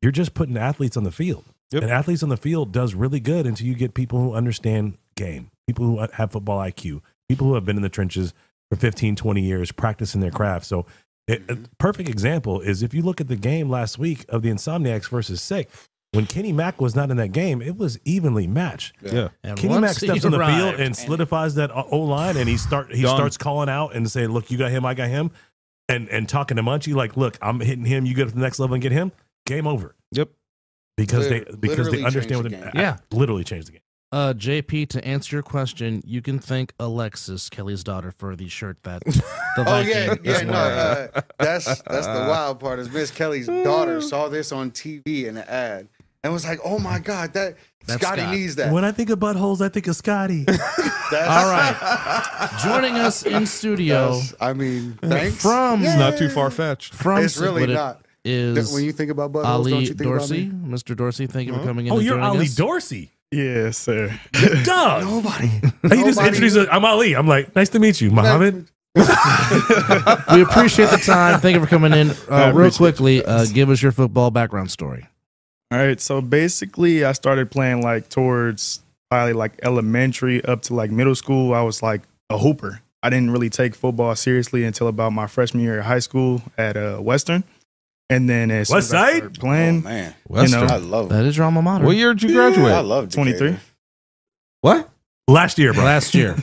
you're just putting athletes on the field.
Yep.
And athletes on the field does really good until you get people who understand game, people who have football IQ, people who have been in the trenches for 15, 20 years practicing their craft. So, it,
Mm-hmm.
a perfect example is if you look at the game last week of the Insomniacs versus Sick, when Kenny Mack was not in that game, it was evenly matched.
yeah.
And
Kenny Mack
once he
steps on the field
arrived-
and solidifies that O line, and he start he
Done.
starts calling out and saying, "Look, you got him, I got him," and and talking to Munchie like, "Look, I'm hitting him. You go to the next level and get him. Game over."
Yep.
Because they
Literally-
because they
literally
understand what
changed
they,
the
game. Yeah.
literally changed the game.
Uh, JP, to answer your question, you can thank Alexis, Kelly's daughter, for the shirt that the
Oh
Viking
yeah,
is
yeah. No,
wearing.
uh, that's that's the wild part is Miss Kelly's daughter saw this on TV in an ad and was like, "Oh my god, that
That's
Scotty
Scott.
needs that."
When I think of buttholes, I think of Scotty.
That's,
All right. Joining us in studio
that's- I mean, thanks.
from
It's not too far fetched.
from
It's really
Split
not.
is
when you think about buttholes, don't
Ali
you think
Dorsey.
about me? Uh-huh.
Mr. Dorsey, thank you for
Huh?
coming in.
oh,
and
you're
joining
Ali
us.
Dorsey.
Yes, sir.
Doug.
Nobody.
he just
nobody-
introduced. us. I'm Ali. I'm like, nice to meet you, Mohammed.
We appreciate the time. Thank you for coming in. Uh, real
appreciate
quickly, uh, give us your football background story.
All right. So basically, I started playing like towards probably like elementary up to like middle school. I was like a hooper. I didn't really take football seriously until about my freshman year of high school at uh, Western. And then as soon as I
Westside?
started
Oh,
playing
man,
You
I
know,
love.
That is your alma mater.
What year did you graduate?
I love Decatur.
23.
Last year, bro.
Last year.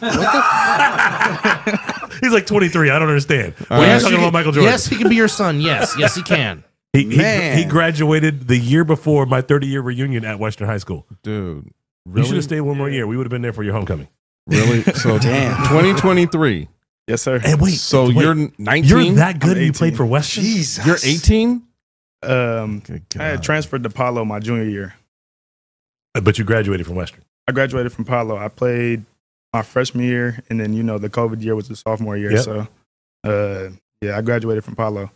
He's like 23. I don't understand. When
Yes,
you're talking
you
about
can-
Michael Jordan.
Yes, he can be your son. Yes, yes, he can.
He, he,
Man.
he graduated the year before my 30 year reunion at Western High School. You
Dude,
should
really?
have stayed one more year. We would have been there for your homecoming.
Really? So
Damn.
2023.
Yes, sir.
And wait,
so
wait,
you're 19?
you're that good
I'm
and you played
18.
for Western?
Jesus,
You're 18?
Um,
Good
I had transferred to Palo my junior year.
Uh, But you graduated from Western.
I graduated from Palo. I played my freshman year, and then you know the COVID year was the sophomore year.
Yep.
So Uh, yeah, I graduated from Palo.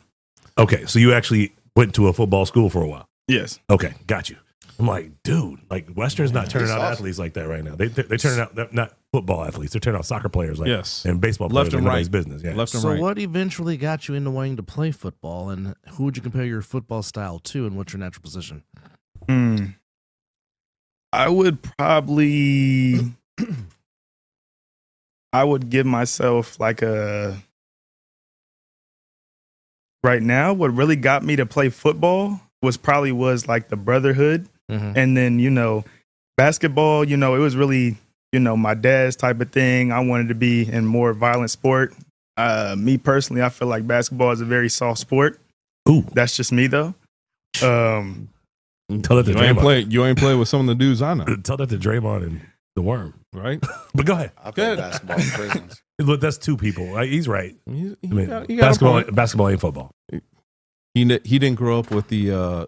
Okay, so you actually went to a football school for a while.
Yes.
Okay, got you. I'm like, dude, like Western's not turning
That's
out
awesome.
athletes like that right now. They they- they're turning out they're not football athletes. They're turning out soccer players, like
Yes.
and baseball players.
Left
like
and right.
nobody's business. Yeah.
Left and
So
right.
what eventually got you into wanting to play football, and who would you compare your football style to, and what's your natural position?
Hmm. I would probably. I would give myself like a. Right now, what really got me to play football was probably was like the brotherhood,
Mhm.
and then you know, basketball. You know, it was really you know my dad's type of thing. I wanted to be in more violent sport. Uh, me personally, I feel like basketball is a very soft sport.
Ooh,
That's just me though. Um,
tell that to
You ain't
Draymond.
play. You ain't play with some of the dudes I know,
Tell that to Draymond and the Worm.
right?
But go ahead.
I played
Good.
basketball in prisons.
Look, that's two people. Like, he's right.
You-
I
you
mean,
got- you got a
basketball,
point.
basketball ain't football.
He ne- he didn't grow up with the uh,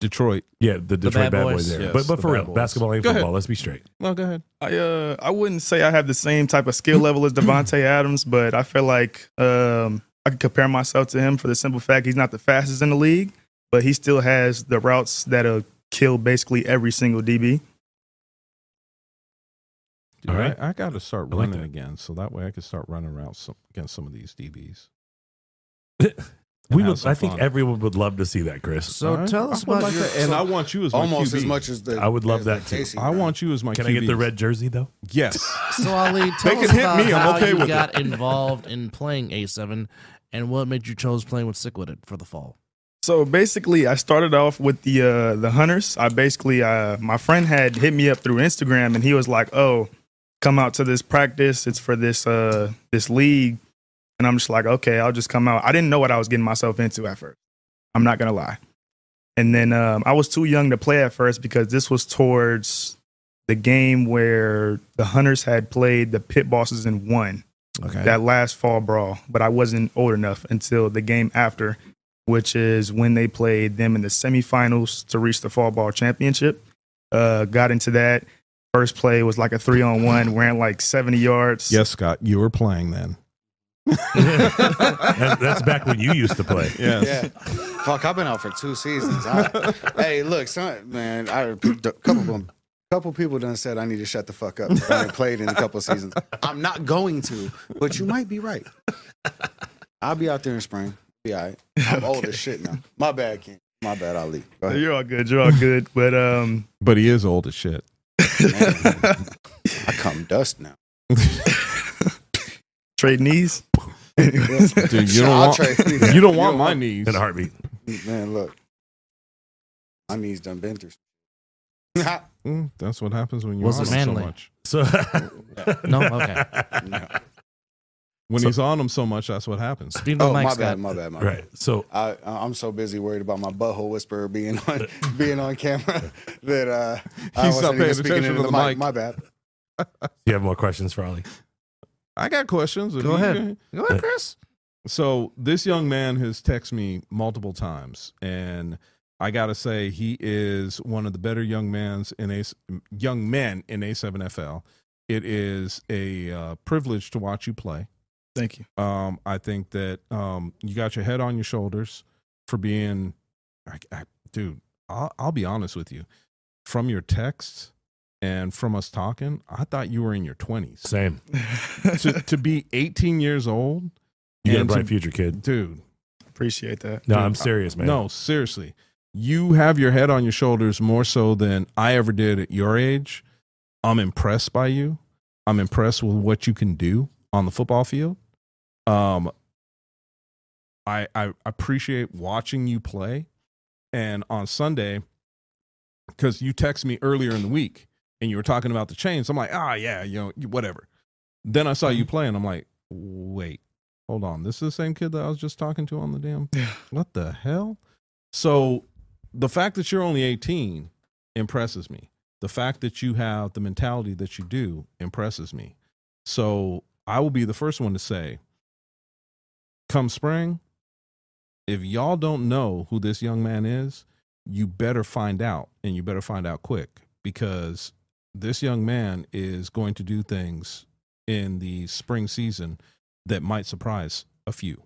Detroit.
Yeah, the Detroit
Bad
Bad
Boys.
Boys. there.
Yes,
but but
the
for
Bad
real,
Boys.
basketball ain't
Go ahead.
football. Let's be straight.
No, go ahead.
I uh I wouldn't say I have the same type of skill level as Devonte Adams, but I feel like um I could compare myself to him for the simple fact he's not the fastest in the league, but he still has the routes that'll kill basically every single DB.
Dude,
All right.
I, I got to start
I like
running
that.
again, so that way I can start running around some, against some of these DBs.
We
have
would,
some
I think
fun.
everyone would love to see that, Chris.
So
All right?
tell us
I would
about
like
your.
that, and I want you as my
Almost
QB.
as much as the.
I would love
as the
that too.
Casey,
I
bro.
want you as my.
Can I get the
QBs.
red jersey though?
Yes.
So Ali,
They
tell
can
us
hit
about
me, I'm
how
okay
you
with it.
got involved in playing A7, and what made you chose playing with Sick with it for the fall.
So basically, I started off with the uh, the hunters. I basically uh, my friend had hit me up through Instagram, and he was like, "Oh, come out to this practice. It's for this uh, this league." And I'm just like, "Okay, I'll just come out." I didn't know what I was getting myself into at first. I'm not gonna lie. And then um, I was too young to play at first because this was towards the game where the hunters had played the pit bosses and won
Okay.
that last fall brawl, but I wasn't old enough until the game after, which is when they played them in the semifinals to reach the fall ball championship. Uh, got into that. First play was like a three on one, ran like 70 yards.
Yes, Scott, you were playing then.
That- that's back when you used to play.
Yes.
Yeah. Fuck, I've been out for two seasons. I, hey, look, son, man, I, a couple of them. Couple people done said I need to shut the fuck up. I haven't played in a couple seasons. I'm not going to, but you might be right. I'll be out there in spring. Be all right. I'm old as shit now. My bad, King. My bad, Ali. Go ahead.
You're all good. You're all good. But um,
But he is old as shit.
Man, I come dust now.
trade knees. Anyways.
Dude, you don't
I'll
want-
trade you that.
You don't want my knees.
In a heartbeat.
Man, look. My knees done been through. some-
Mm, that's what happens when you
Wasn't
on 'em so
manly.
much.
So
No? Okay.
When
So-
he's on them so much, that's what happens.
Speaking
oh,
of Mike
my
Scott,
bad, my bad, my bad.
Right. So
I I- I'm so busy worried about my butthole whisperer being on being on camera that uh I
He's
wasn't
not
even
paying
speaking
attention
into
to the mic.
My bad.
you have more questions for Ollie?
I got questions. If
Go
you-
ahead. go ahead, Chris.
So this young man has texted me multiple times, and I gotta say he is one of the better young man's in a young men in A7FL. It is a uh, privilege to watch you play.
Thank you.
Um, I think that um, you got your head on your shoulders for being, I, I, dude. I'll, I'll be honest with you. From your texts and from us talking, I thought you were in your twenties.
Same.
to, to be 18 years old,
You got a
And
bright
to-
future, kid.
dude.
Appreciate that.
No,
Dude,
I'm serious, man.
No, seriously. You have your head on your shoulders more so than I ever did at your age. I'm impressed by you. I'm impressed with what you can do on the football field. Um I I appreciate watching you play. And on Sunday, because you texted me earlier in the week and you were talking about the chains. I'm like, ah yeah, you know, you- whatever. Then I saw you play and I'm like, wait, hold on. This is the same kid that I was just talking to on the damn what the hell? So the fact that you're only 18 impresses me. The fact that you have the mentality that you do impresses me. So I will be the first one to say, come spring, if y'all don't know who this young man is, you better find out and you better find out quick because this young man is going to do things in the spring season that might surprise a few.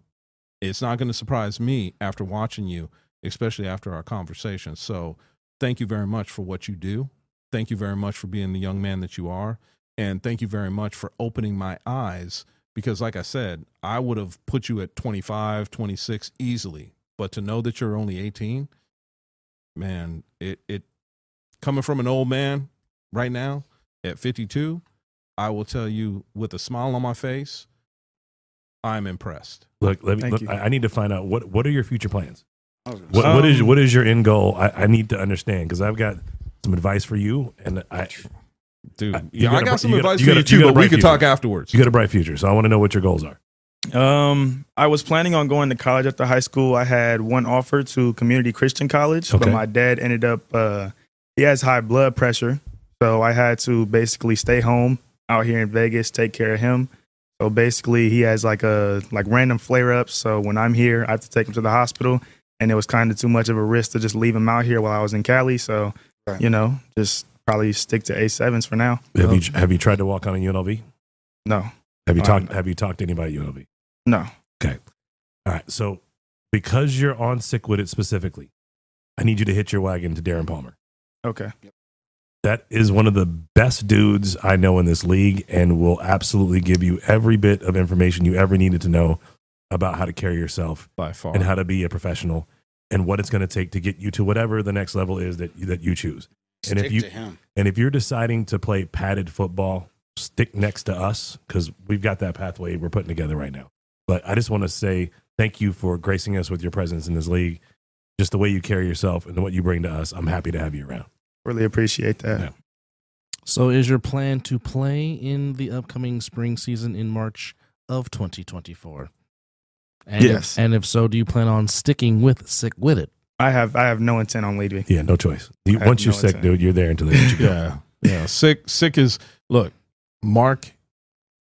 It's not going to surprise me after watching you, especially after our conversation. So thank you very much for what you do. Thank you very much for being the young man that you are. And thank you very much for opening my eyes because, like I said, I would have put you at 25, 26 easily. But to know that you're only 18, man, it, it coming from an old man right now at 52, I will tell you with a smile on my face, I'm impressed.
Look, let me.
Thank
Look,
you.
I, I need to find out what what are your future plans.
I was gonna
What, what is
Um,
what is your end goal? I, I need to understand because I've got some advice for you, and I
Dude,
I- you
yeah, I
gotta
got
br-
some
you gotta-
advice
you
for
gotta-
you too,
you gotta
but we
break
can
even.
talk afterwards.
you got a bright future, so I want to know what your goals are.
Um, I was planning on going to college after high school. I had one offer to Community Christian College,
Okay.
but my dad ended up uh, he has high blood pressure, so I had to basically stay home out here in Vegas, take care of him. So basically, he has like a like random flare ups. So when I'm here, I have to take him to the hospital, and it was kind of too much of a risk to just leave him out here while I was in Cali. So
Right.
you know, just probably stick to A sevens for now.
Have you
Um,
have you tried to walk on a UNLV?
No,
Have you
Um,
talked Have you talked to anybody at UNLV?
no.
All right, so because you're on sick with it specifically, I need you to hit your wagon to Darren Palmer.
Okay,
That is one of the best dudes I know in this league, and will absolutely give you every bit of information you ever needed to know about how to carry yourself
By far.
and how to be a professional and what it's going to take to get you to whatever the next level is that that you choose. And if
stick
you-
to him.
And if you're deciding to play padded football, stick next to us because we've got that pathway we're putting together right now. But I just want to say thank you for gracing us with your presence in this league. Just the way you carry yourself and what you bring to us, I'm happy to have you around.
really appreciate that.
Yeah.
So, is your plan to play in the upcoming spring season in March of 2024? And
Yes.
If, and if so, do you plan on sticking with sick with it?
I have I have no intent on leaving.
Yeah, no choice. You,
I have
once you're
no
sick,
intent.
dude, you're there until they let you go.
Yeah. Yeah. Sick sick is look, Mark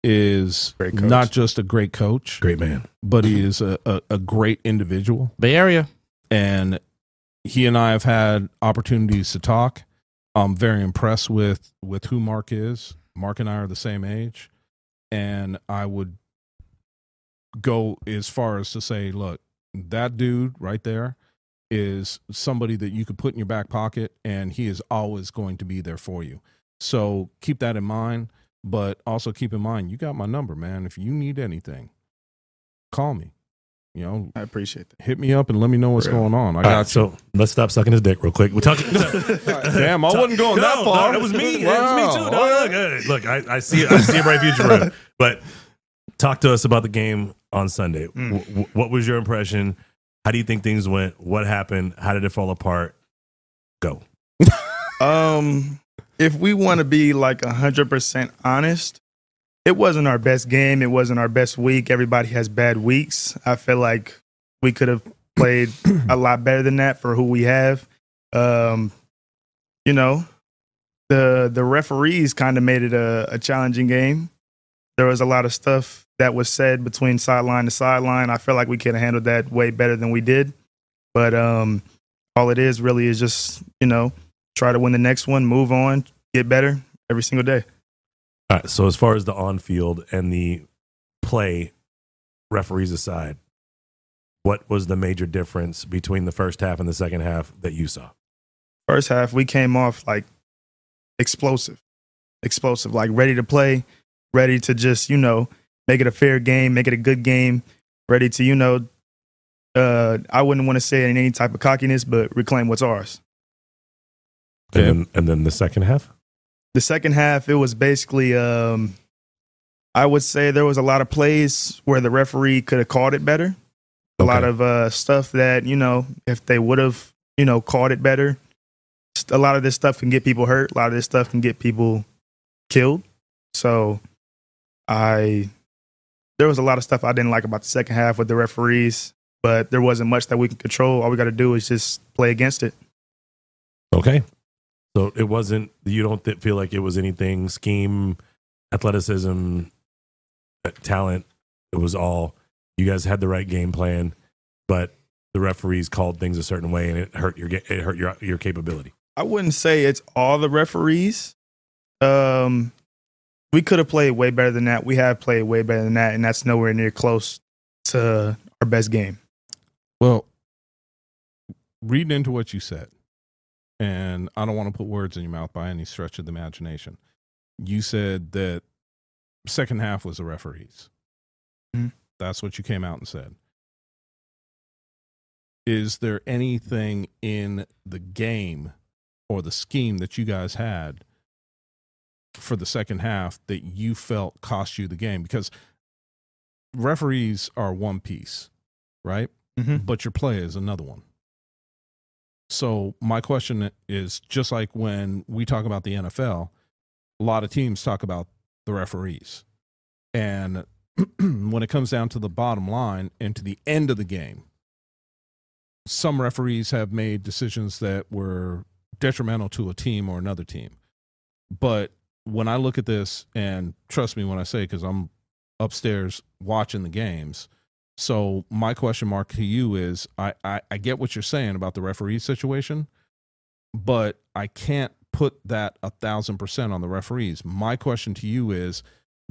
is
Great coach.
not just a great coach,
Great man.
but he is a, a, a great individual.
Bay Area.
And he and I have had opportunities to talk. I'm very impressed with with who Mark is. Mark and I are the same age. And I would go as far as to say, look, that dude right there is somebody that you could put in your back pocket and he is always going to be there for you. So keep that in mind, but also keep in mind you got my number, man. If you need anything, call me. You know,
I appreciate that.
hit me up and let me know what's
Real.
going on. I
All
got
right, so let's stop sucking his dick real quick. We're talking. Damn,
Damn, I wasn't going that far.
That was me. That was me
Wow.
too. dog. Look, uh, look I, I see. I see a bright future for him. But talk to us about the game on Sunday.
Mm.
W- w- what was your impression? How do you think things went? What happened? How did it fall apart? Go.
Um, if we want to be like hundred percent honest, it wasn't our best game. It wasn't our best week. Everybody has bad weeks. I feel like we could have played a lot better than that for who we have. Um, you know, the the referees kind of made it a, a challenging game. There was a lot of stuff that was said between sideline to sideline. I feel like we could have handled that way better than we did. But um, all it is really is just you know try to win the next one, move on, get better every single day.
All right. So as far as the on-field and the play, referees aside, what was the major difference between the first half and the second half that you saw?
First half, we came off like explosive, explosive, like ready to play, ready to just, you know, make it a fair game, make it a good game, ready to, you know, uh, I wouldn't want to say it in any type of cockiness, but reclaim what's ours.
And,
Yeah.
then, and then the second half.
the second half it was basically um i would say there was a lot of plays where the referee could have called it better a lot
Okay.
of uh stuff that you know if they would have you know called it better st- a lot of this stuff can get people hurt a lot of this stuff can get people killed so i there was a lot of stuff i didn't like about the second half with the referees but there wasn't much that we can control all we got to do is just play against it
Okay. So it wasn't, you don't th- feel like it was anything scheme, athleticism, uh, talent. It was all, you guys had the right game plan, but the referees called things a certain way and it hurt your, ga- it hurt your, your capability.
I wouldn't say it's all the referees. Um, we could have played way better than that. We have played way better than that, and that's nowhere near close to our best game.
Well, reading into what you said, and I don't want to put words in your mouth by any stretch of the imagination. You said that second half was the referees.
Mhm.
That's what you came out and said. Is there anything in the game or the scheme that you guys had for the second half that you felt cost you the game? Because referees are one piece, right?
Mhm.
But your play is another one. So my question is just like when we talk about the NFL, a lot of teams talk about the referees. And when it comes down to the bottom line and to the end of the game, some referees have made decisions that were detrimental to a team or another team. But when I look at this, and trust me when I say, because I'm upstairs watching the games, so my question mark to you is I, I, I get what you're saying about the referee situation, but I can't put that a thousand percent on the referees. My question to you is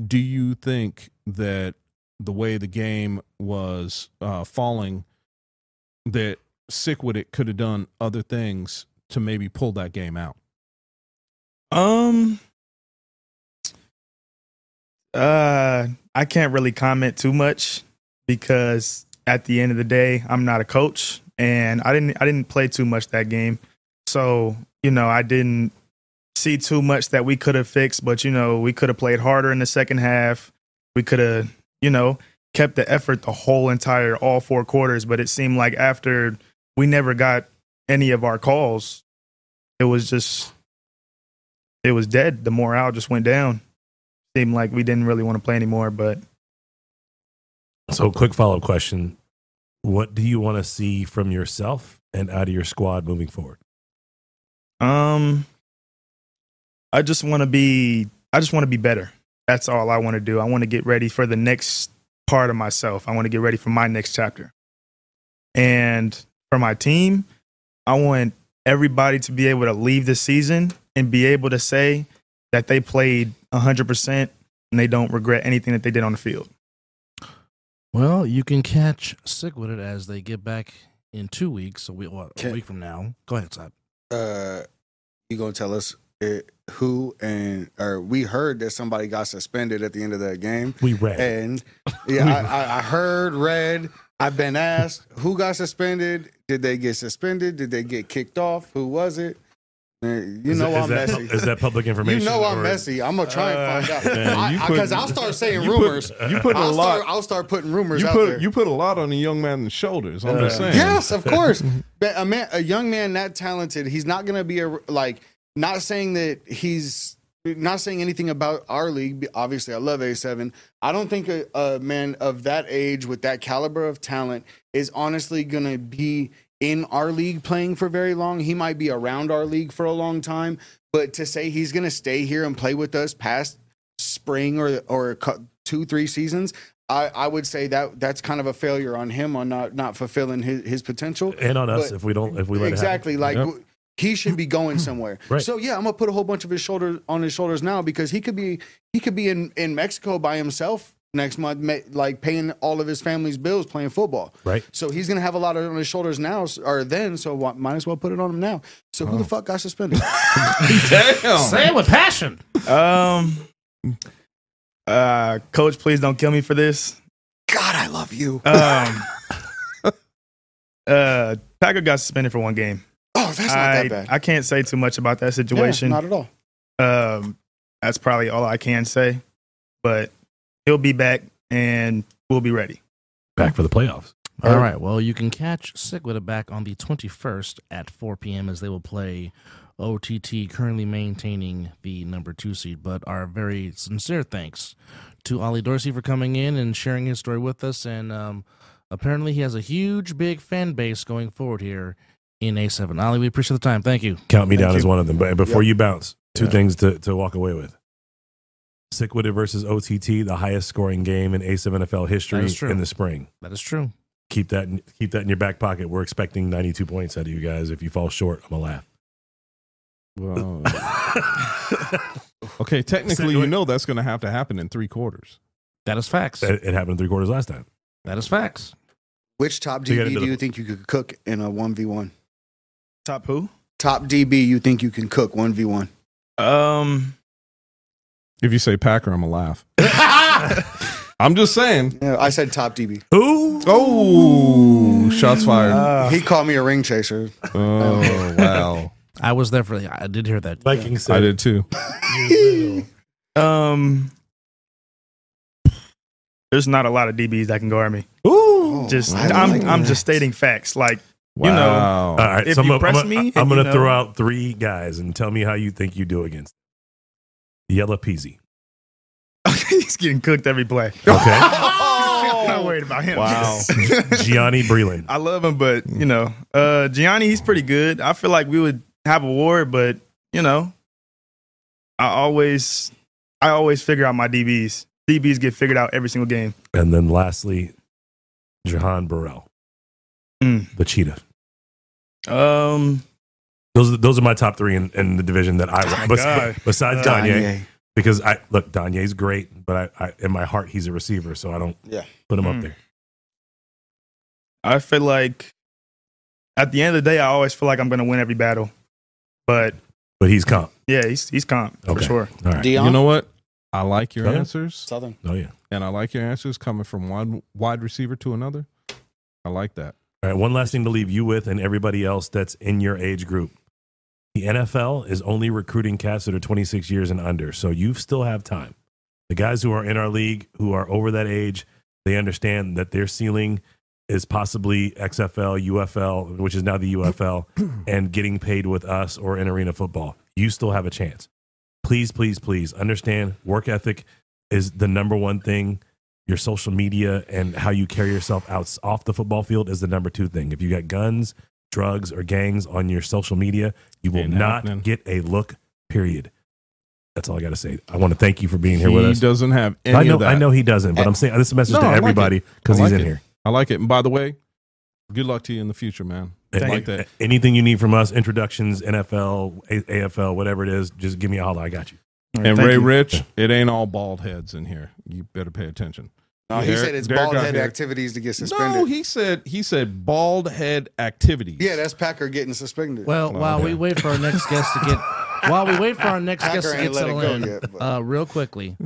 do you think that the way the game was uh, falling that sick with it could have done other things to maybe pull that game out?
Um, uh, I can't really comment too much because at the end of the day, I'm not a coach, and I didn't I didn't play too much that game, so you know I didn't see too much that we could have fixed. But you know we could have played harder in the second half. We could have you know kept the effort the whole entire all four quarters. But it seemed like after we never got any of our calls, it was just it was dead. The morale just went down. Seemed like we didn't really want to play anymore, but
So, quick follow up question: What do you want to see from yourself and out of your squad moving forward?
um I just want to be I just want to be better. That's all I want to do. I want to get ready for the next part of myself. I want to get ready for my next chapter. And for my team, I want everybody to be able to leave this season and be able to say that they played 100% and they don't regret anything that they did on the field.
Well, you can catch Sick with It as they get back in two weeks. So we well, a
Okay.
week from now. Go ahead, Sab.
uh you gonna tell us it, who and or we heard that somebody got suspended at the end of that game
We read.
and yeah I, I, I heard read i've been asked who got suspended did they get suspended did they get kicked off who was it Uh, you
Is
know
that-
I'm
is that,
messy
Is that public information?
you know I'm
or- Uh,
messy I'm gonna try and find out
man, Uh, you
I- I-
put-
because I'll start saying
you put-
rumors
You put a
I'll
lot
start, I'll start putting rumors
you
out there
put you put a lot on a young man's shoulders. I'm just saying.
Yes, of course. but a man, a young man that talented, he's not gonna be a like. Not saying that he's not saying anything about our league. Obviously, I love A7. I don't think a, a man of that age with that caliber of talent is honestly gonna be in our league playing for very long. He might be around our league for a long time, but to say he's gonna stay here and play with us past spring or or cu- two three seasons. I, I would say that that's kind of a failure on him on not not fulfilling his, his potential.
and on us
But-
if we don't if we let
exactly
it
like
happen.
w- he should be going somewhere.
Right.
So yeah, I'm gonna put a whole bunch of his shoulders on his shoulders now because he could be he could be in in Mexico by himself next month, ma- like paying all of his family's bills playing football.
Right.
So he's gonna have a lot on his shoulders now s- or then. So why, might as well put it on him now. So who the
Oh.
fuck got suspended?
Damn.
Say it with passion.
Um uh coach, please don't kill me for this.
God, I love you.
Um, uh, Packer got suspended for one game.
Oh, that's not
I,
that bad.
I can't say too much about that
Yeah,
situation.
not at all.
um, that's probably all I can say. But he'll be back, and we'll be ready.
back for the playoffs.
All right. Well, you can catch Sick with It back on the 21st at 4 p.m. as they will play OTT, currently maintaining the number two seed. But our very sincere thanks to Ollie Dorsey for coming in and sharing his story with us. And um, apparently, he has a huge, big fan base going forward here in A7. Ollie, we appreciate the time. Thank you.
Count me
Thank
down as
you.
one of them. But before
Yep.
you bounce, two
Yeah.
things to, to walk away with. Sick with it versus OTT, the highest scoring game in A7FL history
That is true.
in the spring.
That is true.
Keep that in, keep that in your back pocket. We're expecting 92 points out of you guys. If you fall short, I'm going
Well,
to laugh.
okay, technically,
Said-
you know that's going to have to happen in three quarters.
That is facts.
it, it happened in three quarters last time.
That is facts.
Which top
To
DB
get into
do
the-
you think you could cook in a one v one?
Top who?
Top DB you think you can cook one v one?
Um,
If you say Packer, I'm gonna laugh. I'm just saying.
I said top DB.
Who?
Oh, shots fired.
uh,
he called me a ring chaser.
oh wow,
I was there for the. I did hear that.
Viking
I
said.
did too.
um, there's not a lot of DBs that can guard me.
Ooh,
Just I'm I'm just stating facts. Like You know.
Wow.
All right,
If
so I'm
you
gonna-
press
I'm gonna,
me,
I'm gonna
you know.
throw out three guys and tell me how you think you do against them. Yellow Peasy.
he's getting cooked every play.
Okay.
I'm not worried about him.
Wow.
Gianni Breland.
I love him, but you know, uh, Gianni, he's pretty good. I feel like we would have a war, but you know, I always, I always figure out my DBs. DBs get figured out every single game.
And then lastly, Jahan Burrell.
Mm.
The Cheetah.
Um,
Those are, those are my top three in, in the division that I
my
bes-
God.
besides
Uh,
Danye, because I look Danye's great, but I, I in my heart he's a receiver, so I don't
Yeah.
put him
Mm.
up there.
I feel like at the end of the day, I always feel like I'm going to win every battle. But
But he's comp.
yeah, he's he's comp for
Okay.
sure.
All right.
Dion
You know what? I like your
Okay.
answers,
Southern.
Oh yeah.
and I like your answers coming from one wide receiver to another. I like that.
All right, one last thing to leave you with and everybody else that's in your age group. The NFL is only recruiting cats that are 26 years and under, so you still have time. The guys who are in our league, who are over that age, they understand that their ceiling is possibly XFL, UFL, which is now the UFL, and getting paid with us or in arena football. You still have a chance. Please, please, please understand work ethic is the number one thing your social media and how you carry yourself out off the football field is the number two thing. If you got guns, drugs, or gangs on your social media, you will
Ain't
not
happening.
get a look. Period. That's all I got to say. I want to thank you for being here with
he
us.
doesn't have any
I know,
of that.
I know he doesn't, but I'm saying this is a message
No,
to
I like
everybody because
I
he's
like
in
it.
here.
I like it. And by the way, good luck to you in the future, man.
And
Thank
like
you.
that. Anything you need from us, introductions, NFL, A- AFL, whatever it is, just give me a holler. I got you.
And
Thank
Ray
you.
Rich, it ain't all bald heads in here. You better pay attention.
No, he
Derek-
said it's
Derek
bald
got
head
here.
activities to get suspended.
No, he said he said bald head activities. Oh,
yeah, that's Packer getting suspended.
Well,
Well,
while
yeah.
we wait for our next guest to get, while we wait for our next guest
Packer
to
ain't
get
let it
settled
go
in,
yet. but-
uh, real quickly,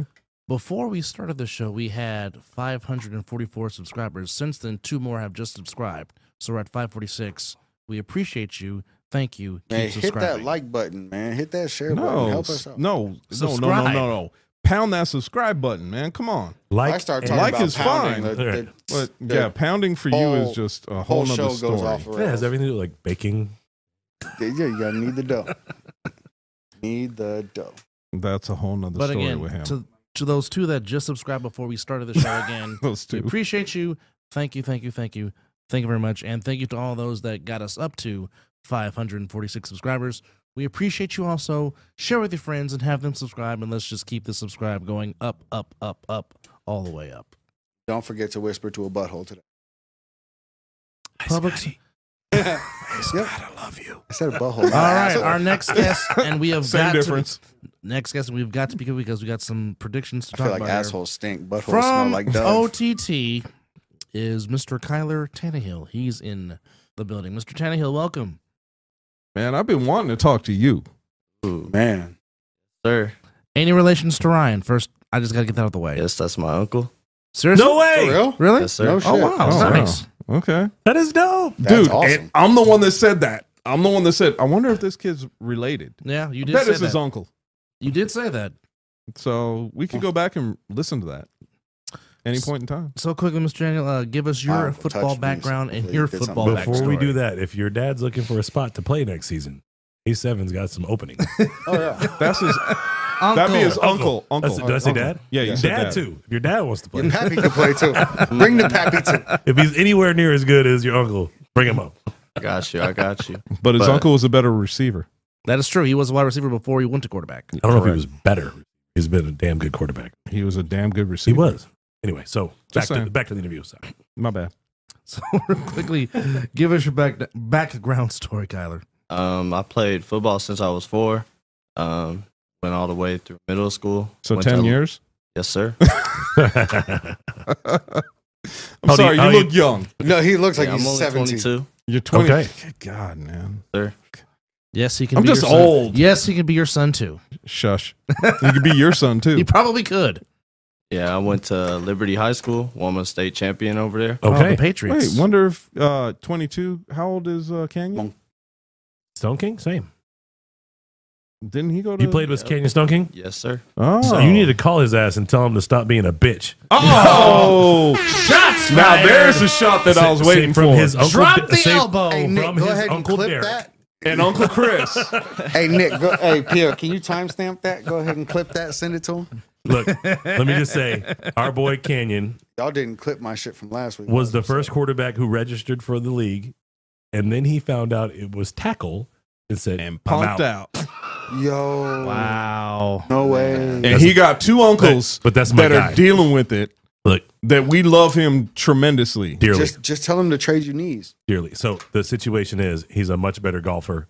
before we started the show, we had 544 subscribers. Since then, two more have just subscribed, so we're at 546. We appreciate you. Thank you. Keep
man, hit
subscribing.
that like button, man. Hit that share
No,
button. Help
s-
us out.
no, no, no, no,
Subscribe.
no, no. Pound that subscribe button, man. Come on.
Like,
I start
and-
talking
like
about
is
pounding
fine.
the-
Alright.
the-
But
the
yeah, pounding for you
whole-
is just a whole,
whole
nother
show goes
story.
off. the
Yeah, it has
rails.
everything to do with like baking.
Yeah, you gotta need the dough. need the dough.
That's a whole nother
but
story
again,
with him.
to to those two that just subscribed before we started the show again,
Those
we
two.
appreciate you. Thank you, thank you, thank you, thank you very much, and thank you to all those that got us up to 546 subscribers. We appreciate you also. Share with your friends and have them subscribe, and let's just keep the subscribe going up, up, up, up, all the way up.
Don't forget to whisper to a butthole today.
Public.
Yep.
I love you.
I said a butthole.
All right, our next guest, and we have
Same
got
difference.
To, next guest, we've got to pick up because we got some predictions to
I
talk
feel like
about. here.
assholes stink. Buttholes smell
From
like dove.
OTT is Mr. Kyler Tannehill. He's in the building. Mr. Tannehill, welcome.
Man, I've been wanting to talk to you.
man.
Sir,
Any relations to Ryan? First, I just got to get that out of the way.
yes, that's my uncle.
Seriously?
For real?
Really?
Yes, sir.
No shit.
Oh wow.
That's
Oh,
nice.
wow. Okay.
That is dope.
That's
Dude,
awesome.
and I'm the one that said that. I'm the one that said, I wonder if this kid's related.
Yeah, you did
That
say
is
that.
his uncle.
You did say that.
So we could go back and listen to that any point in time.
So quickly, Mr. Daniel, uh, give us your
Wow,
football
touched me
background and
before
your
you did
football
something.
Before
backstory.
we do that, if your dad's looking for a spot to play next season, A7's got some openings.
Oh yeah.
That's his
Uncle,
that'd be his uncle. Uncle.
That's- did I say
Uncle.
dad?
Yeah, you
dad,
said dad.
too. If your dad wants to play,
Your pappy can play too. Bring the pappy too.
if he's anywhere near as good as your uncle, bring him up.
I got you. I got you.
But his
But-
uncle was a better receiver.
that is true. He was a wide receiver before he went to quarterback.
I don't know if he was better. He's been a damn good quarterback.
He was a damn good
He
receiver.
was. Anyway, so back
Just
to,
saying.
back to the interview. Sorry.
My bad.
So quickly, give us your back, background story, Kyler.
Um, I played football since I was four. Um, went all the way through middle school.
So
Went
ten
to-
years.
Yes, sir.
I'm
I
Oh, do you-
sorry, you,
oh, you-
look young.
No, he looks like
Yeah, I'm
he's
only
17.
22.
You're 20.
Okay.
Good God, man.
Yes, he can.
I'm
be your
just
son.
old.
Yes, he can be your son too.
Shush. You could be your son too.
He probably could.
Yeah, I went to Liberty High School, won a state champion over there.
Oh, the
Okay.
Patriots.
Wait, wonder if uh, 22. How old is uh, Canyon?
Stone King, same.
Didn't he go to?
You played with Canyon Stone King?
Yes, sir.
Oh,
So you need to call his ass and tell him to stop being a bitch.
Oh, shots! Now there's a shot that I was
Say-
waiting
say from
for.
his uncle.
Drop the
say-
elbow.
Hey, Nick,
from
go
his
ahead and
Uncle
clip
Derek.
that.
and Uncle Chris.
Hey, Nick, go, hey, Pierre, can you timestamp that? Go ahead and clip that. Send it to him.
Look, let me just say, our boy Canyon
Y'all didn't clip my shit from last week.
was the first quarterback who registered for the league, and then he found out it was tackle and said,
and
"I'm
punked out.
Yo.
Wow.
No way.
And he got two uncles
But that's my
that are
guy.
dealing with it.
Look,
That we love him tremendously.
dearly,
Just, just tell him to trade you knees.
dearly. So the situation is, he's a much better golfer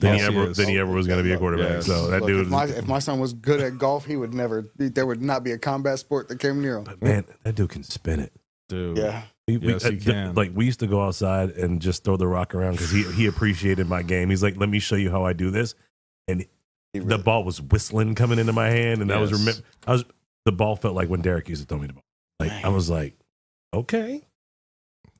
than
Yes,
he
he
ever
is.
than he ever was going to be a quarterback.
Yes.
So that
Look,
dude,
if,
is-
my, if my son was good at golf, he would never. There would not be a combat sport that came near him.
but man, that dude can spin it.
Dude.
Yeah,
We, we-
Yes, he
uh, th-
can.
like we used to go outside and just throw the rock around because he he appreciated my game. He's like, let me show you how I do this.
he
The
really-
ball was whistling coming into my hand, and I was
Yes.
remember I was the ball felt like when Derek used to throw me the ball. Like I was like, okay.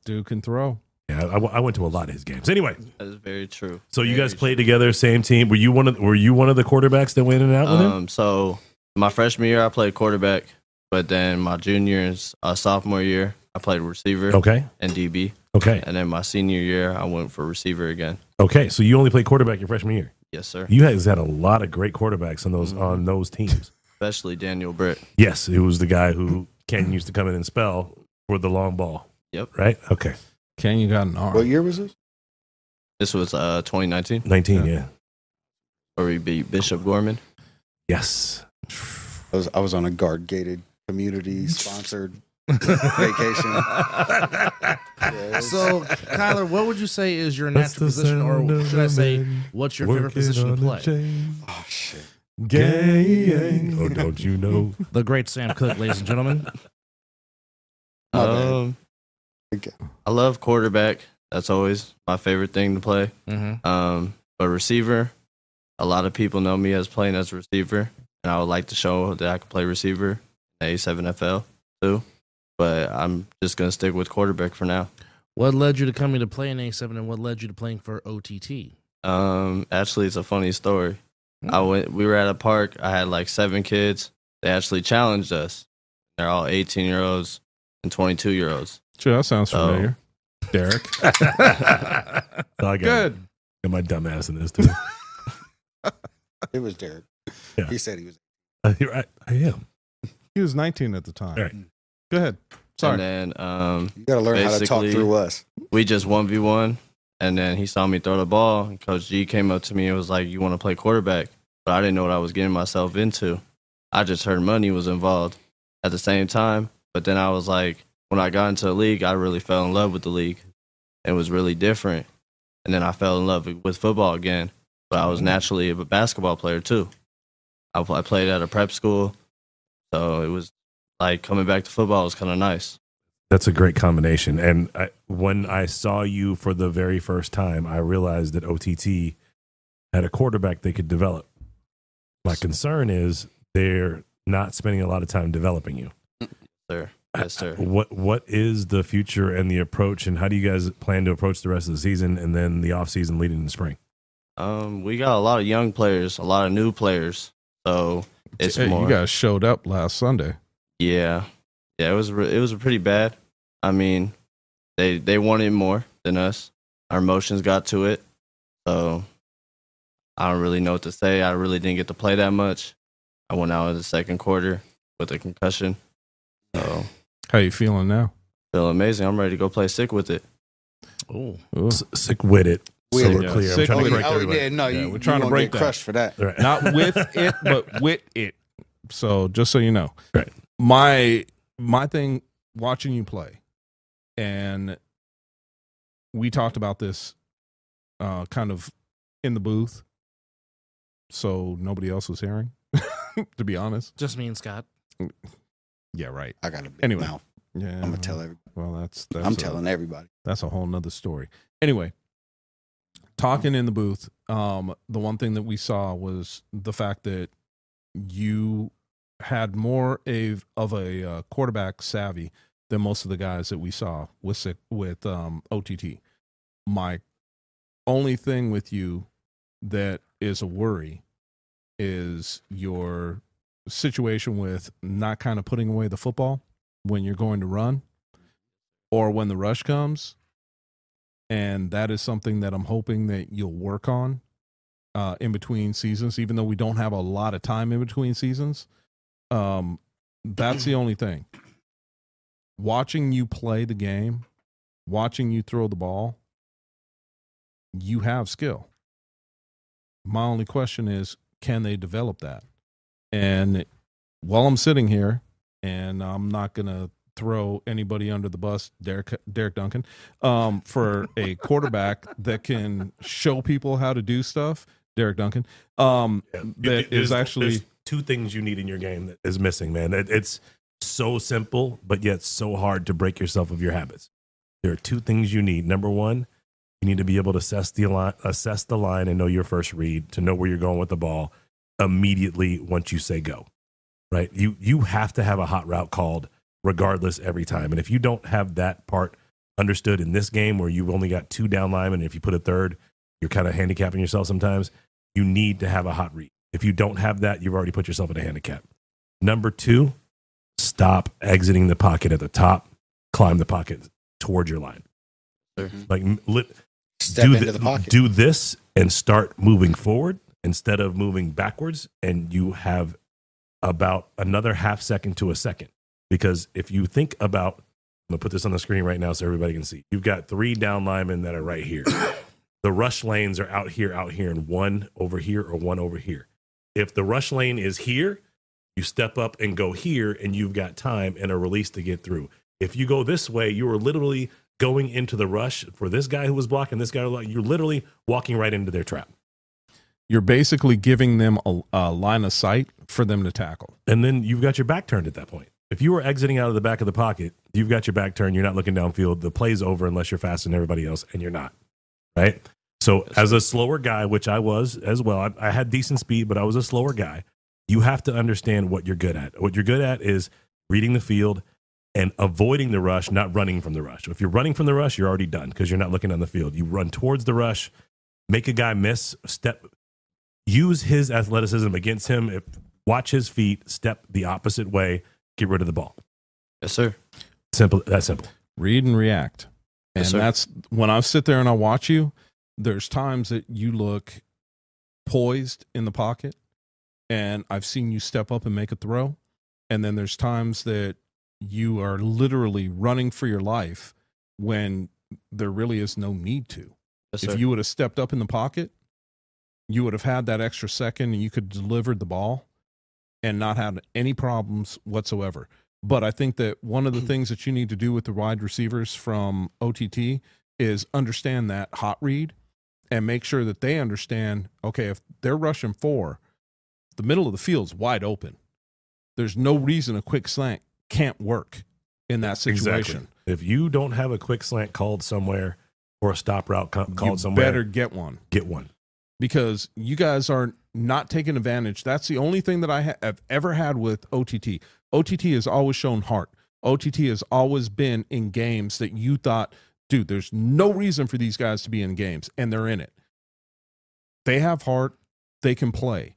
Dude can throw.
Yeah, I, I w- I went to a lot of his games. Anyway,
That is very true.
so you
Very
guys
true.
played together, same team. Were you one of Were you one of the quarterbacks that went in and out with him?
Um, so my freshman year, I played quarterback, but then my junior and uh, sophomore year, I played receiver
Okay,
and DB,
okay,
and then my senior year, I went for receiver again.
okay. So you only played quarterback your freshman year.
Yes, sir.
You guys had a lot of great quarterbacks on those on those teams.
Especially Daniel Britt.
Yes, it was the guy who Ken used to come in and spell for the long ball.
Yep.
Right. Okay.
Canyon got an
What
arm.
year was this?
This was uh 2019,
Nineteen. Yeah.
where we beat Bishop Gorman.
Yes.
I was I was on a guard gated community sponsored vacation. Yeah, it's-
So, Kyler, what would you say is your natural position, or should I say, what's your favorite position to play?
oh, shit.
Gang. Oh, don't you know?
The great Sam Cook, ladies and gentlemen. Uh,
My bad.
Um,
Okay.
I love quarterback. That's always my favorite thing to play.
Mm-hmm.
Um, but receiver, a lot of people know me as playing as a receiver, and I would like to show that I can play receiver in A7FL too. But I'm just gonna stick with quarterback for now.
What led you to coming to play in A7, and what led you to playing for OTT?
Um, actually, it's a funny story. I went. We were at a park. I had like seven kids. They actually challenged us. They're all 18 year olds and 22 year olds.
Sure, that sounds
Oh.
familiar. Derek.
So I got,
Good.
got my dumb ass in this too.
It was Derek.
Yeah.
He said he was.
I, Uh, I am.
He was 19 at the time.
All right.
Go ahead. Sorry.
And then um,
You got to learn how to
Basically-
talk through us.
we just 1v1 and then he saw me throw the ball and coach g came up to me and was like you want to play quarterback but i didn't know what i was getting myself into i just heard money was involved at the same time but then i was like when i got into the league i really fell in love with the league it was really different and then i fell in love with football again but i was
Mm-hmm.
naturally a basketball player too i, pl- I played at a prep school so it was like coming back to football was kind of nice
That's a great combination. And I, when I saw you for the very first time, I realized that OTT had a quarterback they could develop. My concern is they're not spending a lot of time developing you. Uh,
sir yes sir
What what is the future and the approach, and how do you guys plan to approach the rest of the season and then the off season leading in the spring?
Um, we got a lot of young players, a lot of new players. So it's
Hey,
more.
you guys showed up last Sunday.
yeah, yeah. It was re- it was pretty bad. I mean, they they wanted more than us. Our emotions got to it. So I don't really know what to say. I really didn't get to play that much. I went out in the second quarter with a concussion. So
How you feeling now?
feel amazing. I'm ready to go play sick with it.
Oh,
Ooh.
S- sick with it,
With
so
it.
we're
Yeah,
clear. I'm
sick
trying
Oh,
to
with
yeah,
break
oh,
everybody.
yeah, no,
Yeah,
you,
we're
we're
trying
trying
to
to
break
break
that.
crushed for that.
All right.
not with it, but with it. So just so you know,
Right.
my my thing watching you play, and we talked about this uh, kind of in the booth, so nobody else was hearing. to be honest,
just me and Scott.
yeah, right.
I got a big
Anyway.
mouth.
Yeah,
I'm gonna tell everybody.
Well, that's that's
I'm
a-
telling everybody.
that's a whole nother story. Anyway, talking in the booth, um, the one thing that we saw was the fact that you had more a, of a uh, quarterback savvy than most of the guys that we saw with Sig- with um, OTT. My only thing with you that is a worry is your situation with not kind of putting away the football when you're going to run or when the rush comes. And that is something that I'm hoping that you'll work on uh, in between seasons, even though we don't have a lot of time in between seasons. Um, that's the only thing. Watching you play the game, watching you throw the ball, you have skill. My only question is can they develop that? And while I'm sitting here, and I'm not going to throw anybody under the bus, Derek Derek Duncan, um, for a quarterback that can show people how to do stuff. Derek Duncan, um,
Yeah.
that
There's-
is actually
there's two things you need in your game that is missing, man. It, it's so simple, but yet so hard to break yourself of your habits. There are two things you need. Number one, you need to be able to assess the line, assess the line, and know your first read to know where you're going with the ball immediately once you say go. Right? You you have to have a hot route called regardless every time. And if you don't have that part understood in this game where you've only got two down linemen, and if you put a third, you're kind of handicapping yourself sometimes you need to have a hot read. If you don't have that, you've already put yourself in a handicap. Number two, stop exiting the pocket at the top, climb the pocket toward your line.
Sure.
Like m- lit,
Step
do
into
thi-
the pocket.
do this and start moving forward instead of moving backwards, and you have about another half second to a second. Because if you think about, I'm gonna put this on the screen right now so everybody can see. You've got three down linemen that are right here. the rush lanes are out here, out here, and one over here or one over here. If the rush lane is here, you step up and go here, and you've got time and a release to get through. If you go this way, you are literally going into the rush for this guy who was blocking this guy. who was blocking. You're literally walking right into their trap.
you're basically giving them a, a line of sight for them to tackle.
And then you've got your back turned at that point. If you were exiting out of the back of the pocket, you've got your back turned. You're not looking downfield. The play's over unless you're faster than everybody else, and you're not. Right. So, as a slower guy, which I was as well, I, I had decent speed, but I was a slower guy. You have to understand what you're good at. What you're good at is reading the field and avoiding the rush, not running from the rush. If you're running from the rush, you're already done because you're not looking down the field. You run towards the rush, make a guy miss, step, use his athleticism against him. If watch his feet, step the opposite way, get rid of the ball.
Yes, sir.
Simple. That's simple.
read and react. And
Yes, sir.
that's when I sit there and I watch you, there's times that you look poised in the pocket and I've seen you step up and make a throw. And then there's times that you are literally running for your life when there really is no need to.
Yes, sir.
If you would have stepped up in the pocket, you would have had that extra second and you could have delivered the ball and not had any problems whatsoever. But I think that one of the things that you need to do with the wide receivers from OTT is understand that hot read and make sure that they understand okay, if they're rushing four, the middle of the field's wide open. There's no reason a quick slant can't work in that situation.
If you don't have a quick slant called somewhere or a stop route co- called
You
somewhere,
better get one.
get one.
because you guys are not taking advantage. That's the only thing that I ha- have ever had with OTT. OTT has always shown heart. OTT has always been in games that you thought, dude, there's no reason for these guys to be in games, and they're in it. They have heart, they can play.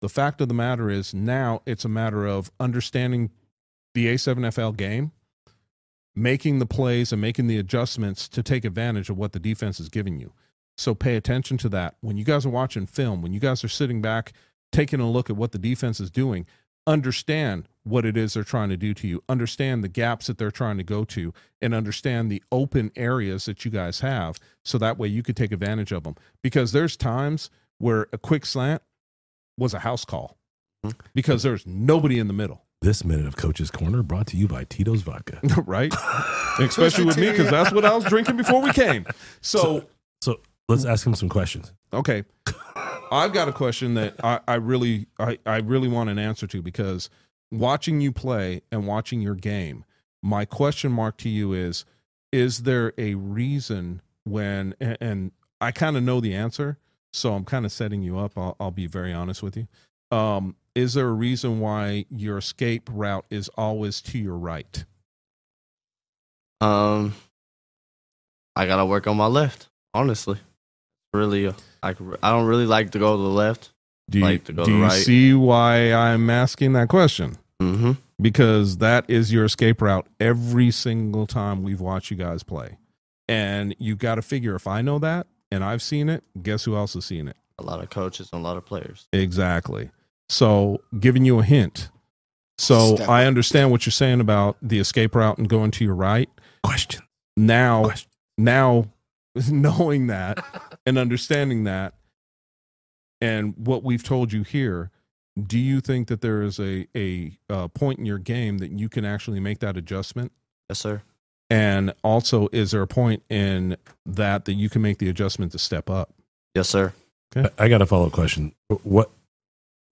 The fact of the matter is, now it's a matter of understanding the A7FL game, making the plays and making the adjustments to take advantage of what the defense is giving you. So pay attention to that. When you guys are watching film, when you guys are sitting back, taking a look at what the defense is doing, understand what it is they're trying to do to you, understand the gaps that they're trying to go to, and understand the open areas that you guys have. So that way you could take advantage of them. Because there's times where a quick slant was a house call because there's nobody in the middle,
This minute of Coach's Corner brought to you by Tito's Vodka.
right? Especially with me because that's what I was drinking before we came. so
So let's ask him some questions.
Okay. I've got a question that I, I really I, I really want an answer to because watching you play and watching your game, My question mark to you is Is there a reason when, and, and I kind of know the answer, so I'm kind of setting you up. I'll, I'll be very honest with you. Um, is there a reason why your escape route is always to your right?
Um, I gotta work on my left. Honestly, really, uh, I c- I don't really like to go to the left.
Do you,
Like to go
do
to
you
right.
see why I'm asking that question?
Mm-hmm.
because that is your escape route every single time we've watched you guys play. And you got to figure if I know that and I've seen it, guess who else has seen it?
A lot of coaches and a lot of players.
Exactly. So, giving you a hint. So,
Step
I understand what you're saying about the escape route and going to your right.
Question.
Now,
Question.
now knowing that and understanding that and what we've told you here, do you think that there is a a uh, point in your game that you can actually make that adjustment?
Yes, sir.
And also, is there a point in that that you can make the adjustment to step up?
Yes, sir.
I- I got a follow up question. What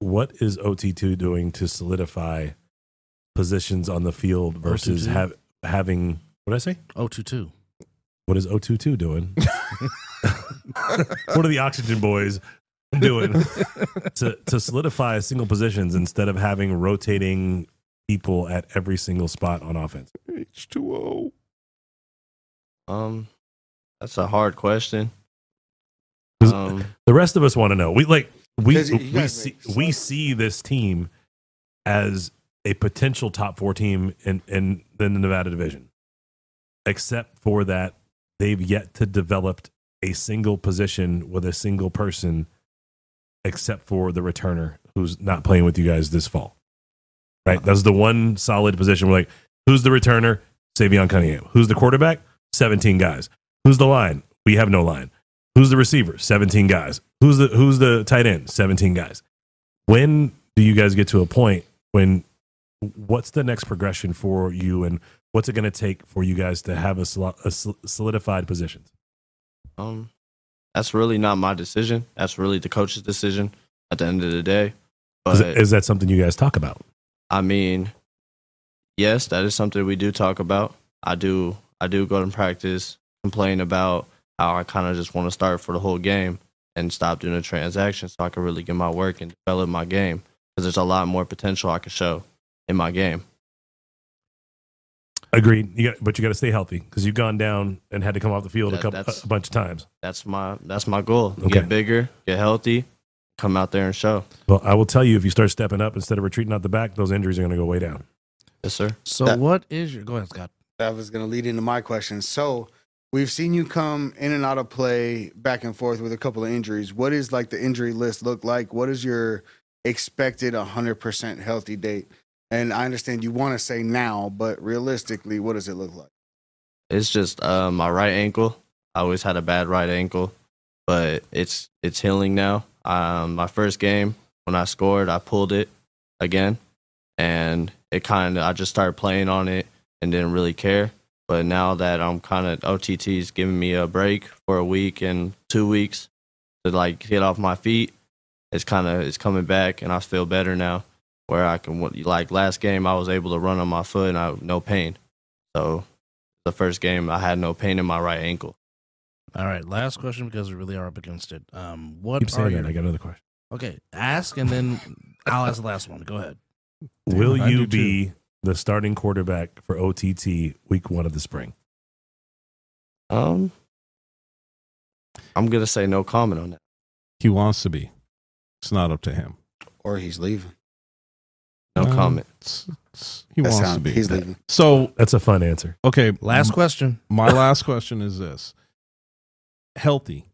what is OT two doing to solidify positions on the field versus
OT2?
have, having what did I say?
Oh, two two.
What is OT two doing? what are the oxygen boys doing to to solidify single positions instead of having rotating people at every single spot on offense?
H two O.
Um, that's a hard question.
'Cause
Um,
The rest of us want to know. We like we
'Cause you
we
guys
see,
make-
we see this team as a potential top four team in in, in the Nevada division. Except for that, they've yet to develop a single position with a single person, except for the returner who's not playing with you guys this fall.
Uh-huh.
Right, that's the one solid position. We're like, who's the returner? Savion Cunningham. Who's the quarterback? Seventeen guys. Who's the line? We have no line. Who's the receiver? 17 guys. Who's the who's the tight end? 17 guys. When do you guys get to a point when what's the next progression for you and what's it going to take for you guys to have a, sol- a sol- solidified position?
um, that's really not my decision. That's really the coach's decision at the end of the day.
Is,
But
is that something you guys talk about?
I mean, yes, that is something we do talk about. I do, I do go to practice, complain about how I kind of just want to start for the whole game and stop doing the transaction so I can really get my work and develop my game because there's a lot more potential I can show in my game.
Agreed. You got, but you got to stay healthy because you've gone down and had to come off the field a
That-
couple
that's-
a bunch of times.
That's my, that's my goal.
Okay.
Get bigger, get healthy, come out there and show.
Well, I will tell you if you start stepping up instead of retreating out the back, those injuries are going to go way down.
Yes, sir.
So
That-
what is your? Go ahead, Scott.
that was going to lead into my question. So we've seen you come in and out of play back and forth with a couple of injuries. What is like the injury list look like? What is your expected 100% healthy date? And I understand you want to say now, but realistically, what does it look like?
It's just uh, my right ankle. I always had a bad right ankle, but it's it's healing now. Um, my first game when I scored, I pulled it again, and it kind of I just started playing on it and didn't really care. But now that I'm kind of OTT's giving me a break for a week and two weeks to like get off my feet, it's kind of it's coming back, and I feel better now. Where I can like last game, I was able to run on my foot and I no pain. So the first game, I had no pain in my right ankle.
All right, last question because we really are up against it. Um, what
Keep
are
saying
your,
that. I got another question.
Okay, ask and then I'll ask the last one. Go ahead.
Damn
will
it, I
you
do too.
be the starting quarterback for OTT week one of the spring?
Um, I'm gonna say no comment on that.
He wants to be. It's not up to him.
Or he's leaving.
No
Um,
comment.
it's- it's- he
That
wants to
sound-
be.
He's leaving. Mm-hmm.
So,
That's a fun answer.
Oh, okay,
Last question.
My last question is this healthy.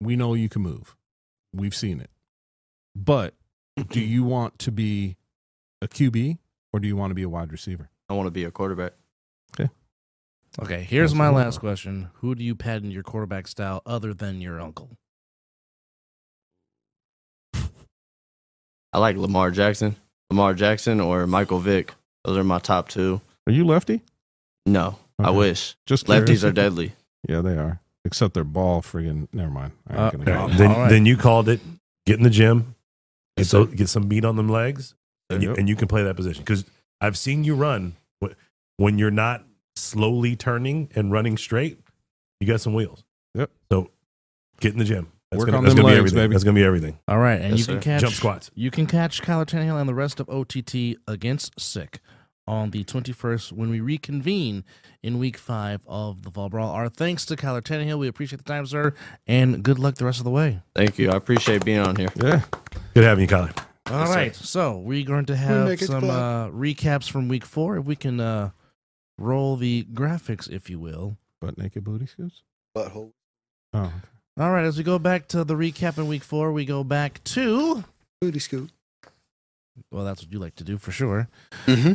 We know you can move. We've seen it. But do you want to be a QB or do you want to be a wide receiver?
I want to be a quarterback.
Okay, here's my
Absolutely.
last question. Who do you patent your quarterback style other than your uncle?
I like Lamar Jackson, Lamar Jackson, or Michael Vick. Those are my top two.
Are you lefty?
No, I
Okay.
wish
Just
lefties
curious.
are deadly.
Yeah, they are. Except their ball friggin' never mind. I ain't
Uh,
gonna
All
go
right.
Yeah.
there.
Then,
All right.
then you called it. Get in the gym. Get,
Yes, sir.
tho- get some meat on them legs, and you,
Yep.
and you can play that position. Because I've seen you run. Wh- when you're not slowly turning and running straight, you got some wheels.
Yep.
So get in the gym. That's
Work
gonna,
on
that's
them
gonna be
legs,
everything.
baby.
That's gonna be everything.
All right, and
Yes,
you can
sir.
catch
Jump squats.
You can catch Kyler Tannehill and the rest of OTT against Sick on the 21st when we reconvene in Week Five of the Fall Brawl. Our thanks to Kyler Tannehill. We appreciate the time, sir, and good luck the rest of the way.
Thank you. I appreciate being on here.
Yeah.
Good having you, Colin.
All right, so we're going to have
make it
some
fun.
uh, recaps from Week Four. If we can uh, roll the graphics, if you will.
Butt naked booty scoops.
Butthole.
Oh,
All right, as we go back to the recap in Week Four, we go back to
Booty scoop.
well, that's what you like to do for sure.
Mm-hmm.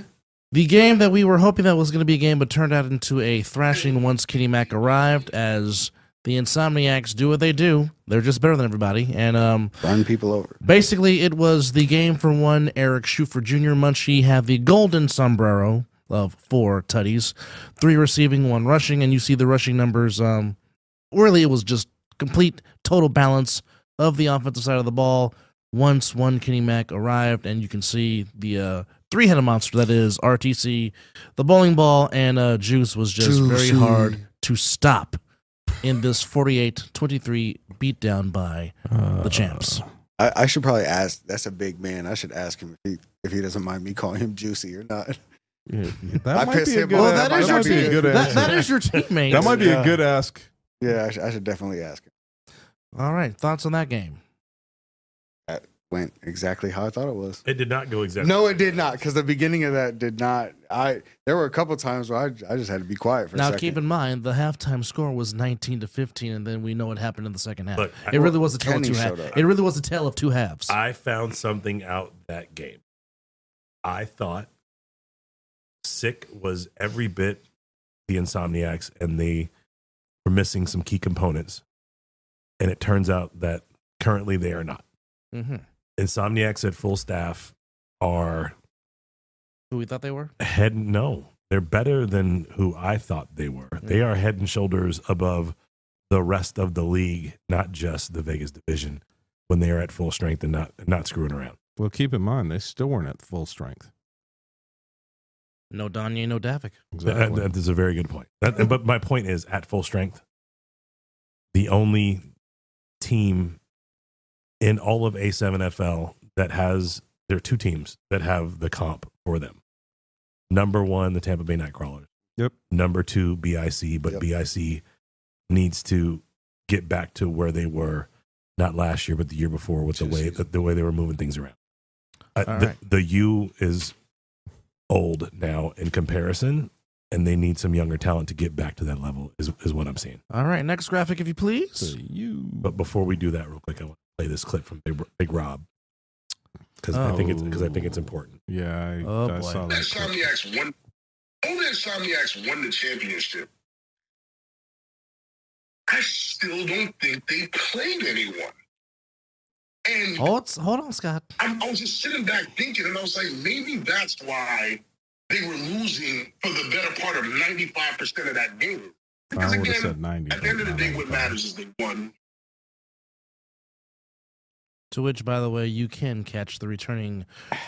The game that we were hoping that was going to be a game, but turned out into a thrashing once Kitty Mac arrived. As the Insomniacs do what they do, they're just better than everybody. And um,
Run people over.
basically, it was the game for one. Eric Schufer Jr. Munchie had the golden sombrero of four tutties, three receiving, one rushing, and you see the rushing numbers. Um, really, it was just complete total balance of the offensive side of the ball. Once one Kenny Mac arrived, and you can see the uh, three-headed monster that is RTC, the bowling ball, and uh, Juice was just very
Juicy.
hard to stop in this 48-23 beatdown by
Uh,
the champs.
I, I should probably ask. That's a big man. I should ask him if he, if he doesn't mind me calling him juicy or not.
yeah, yeah. That
I
might
pissed
be a
him
good.
off. Well,
ask.
that is your
might be a
team.
good
That,
ask.
that is your teammate.
That might be a
Yeah.
good ask.
Yeah, I, sh- I should definitely ask. him.
All right, thoughts on that game?
Went exactly how I thought it was.
It did not go exactly.
No, it did not. Because the beginning of that did not. I there were a couple times where I, I just had to be quiet for
now
a second.
keep in mind the halftime score was 19 to 15 and then we know what happened in the second half
Look,
it
I-
really was a tale of
Kenny
two halves
showed up.
it really was a tale of two halves
I found something out that game. I thought sick was every bit the Insomniacs, and they were missing some key components. And it turns out that currently they are not.
Mm-hmm.
hmm
Insomniacs at full staff are
who we thought they were
head no they're better than who i thought they were they are head and shoulders above the rest of the league not just the vegas division when they are at full strength and not not screwing around
Well, keep in mind they still weren't at full strength.
no Donye, no Davik.
Th-
Exactly.
that is a very good point That- but my point is at full strength the only team in all of a7fl that has there are two teams that have the comp for them number one the tampa bay nightcrawlers
Yep.
number two BIC,
Yep.
but BIC needs to get back to where they were not last year, but the year before with the
Two
way the,
seasons.
the way they were moving things around. Uh,
All
the,
right.
the U is old now in comparison, and they need some younger talent to get back to that level. Is is what I'm seeing.
all right next graphic if you please
So you.
But before we do that, real quick, I want to play this clip from Big, Big Rob because I think it's because I think it's important.
Oh. Yeah, I,
Oh,
I
boy.
saw
Only
that. clip.
Insomniacs won. Only Insomniacs won the championship. I still don't think they played anyone. And
oh it's, hold on scott
I'm, I was just sitting back thinking, and I was like, maybe that's why they were losing for the better part of 95% of that game.
I
Because
would have
again,
said ninety.
at the end of the
but
day,
not
what
95.
matters is they won.
to which by the way you can catch the returning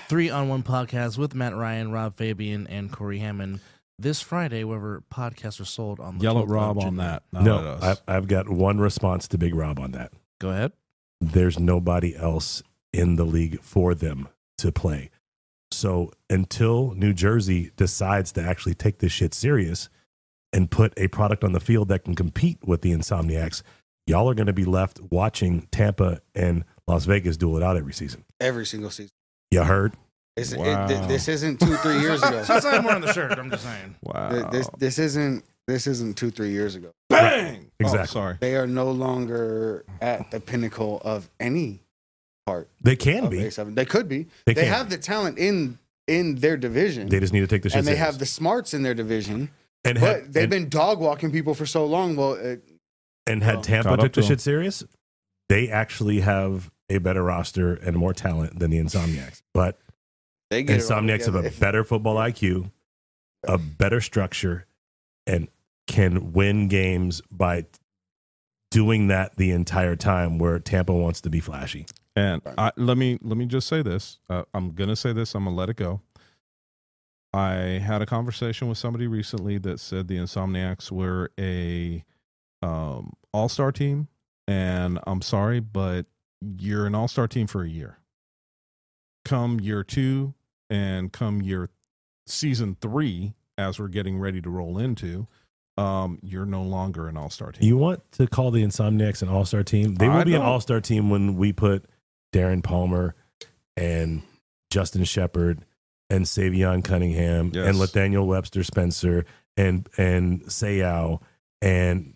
three on one podcast with matt ryan rob fabian and corey hammond this friday wherever podcasts are sold on the
Yell
12th
at
of
Rob on
June.
that. not at
No,
us.
I, I've got one response to Big Rob on that.
go ahead
there's nobody else in the league for them to play. So until New Jersey decides to actually take this shit serious and put a product on the field that can compete with the Insomniacs, y'all are going to be left watching Tampa and Las Vegas duel it out every season.
Every single season.
You heard?
It's, it-
Wow.
th- this isn't two three years ago.
i saw more on the shirt i'm just saying
Wow.
Th- This this isn't this isn't two three years ago.
Bang.
Exactly.
Oh, sorry.
They are no longer at the pinnacle of any part
They can
of
be.
A7. They could be.
They,
They,
can.
have
be.
the talent in in their division.
They just need to take the shit
and they
serious.
have the smarts in their division,
and
but
had,
they've
and,
been dog walking people for so long. Well, uh, it,
and had Tampa
Caught up
took the
to 'em.
shit serious, they actually have a better roster and more talent than the Insomniacs. But
they get it all
Insomniacs have
together.
a
If-
better football IQ, a better structure, and can win games by doing that the entire time where Tampa wants to be flashy.
And
Right.
I, let me let me just say this. Uh, I'm gonna say this. I'm gonna let it go. I had a conversation with somebody recently that said the Insomniacs were a um, all star team, and I'm sorry, but you're an all star team for a year. Come year two, and come year season three, as we're getting ready to roll into, um, you're no longer an all star team.
You want to call the Insomniacs an all star team? They will
I
be an
don't.
all star team when we put Darren Palmer and Justin Shepard and Savion Cunningham
Yes.
and Nathaniel Webster Spencer and and Seau and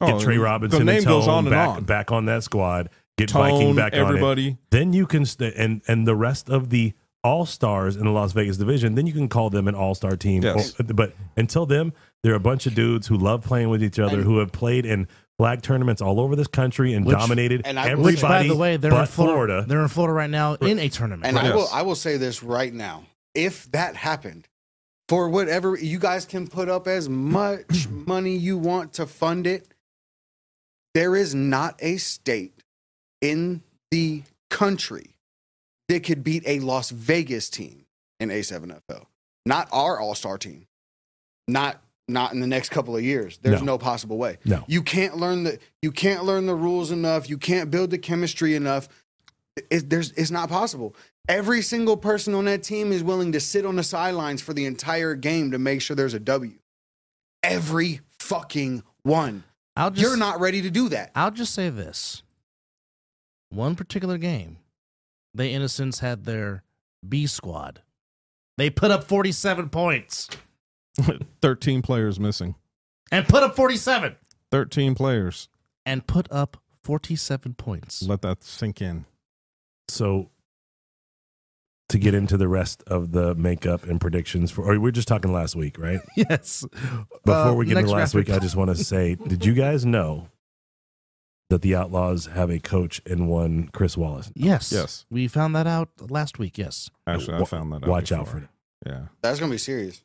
get Trey Robinson
Oh, The name
and
goes
Tone
on and
back,
on.
back on that squad. Get Viking
Tone,
back on it.
everybody.
Then you can st- and and the rest of the all stars in the Las Vegas division. Then you can call them an all star team.
Yes.
Or- uh, but until then, they're a bunch of dudes who love playing with each other,
And-
who have played in flag tournaments all over this country and
Which-
dominated
and I-
everybody.
Which,
Which, by the way, they're
but
in Florida.
Florida.
They're in Florida right now in a tournament.
And
Yes.
I will I will say this right now. If that happened, for whatever you guys can put up as much money you want to fund it, there is not a state in the country that could beat a Las Vegas team in A7FL. Not our all-star team. Not not in the next couple of years. There's
No.
no possible way.
No.
You can't learn the you can't learn the rules enough. You can't build the chemistry enough. It, there's, it's not possible. Every single person on that team is willing to sit on the sidelines for the entire game to make sure there's a W. Every fucking one.
I'll just,
You're not ready to do that.
I'll just say this. One particular game, the Innocents had their B squad. They put up 47 points
13 players missing.
and put up 47
13 players.
and put up 47 points.
Let that sink in.
So to get into the rest of the makeup and predictions for, or we we're just talking last week, right?
Yes.
Before
Uh,
we get into
next
last
rapid-
week, I just want to say, did you guys know that the Outlaws have a coach and one Chris Wallace?
Yes.
Yes.
We found that out last week. Yes.
Actually, I
Wa-
found that out.
Watch out
before.
for it.
Yeah.
That's gonna be serious.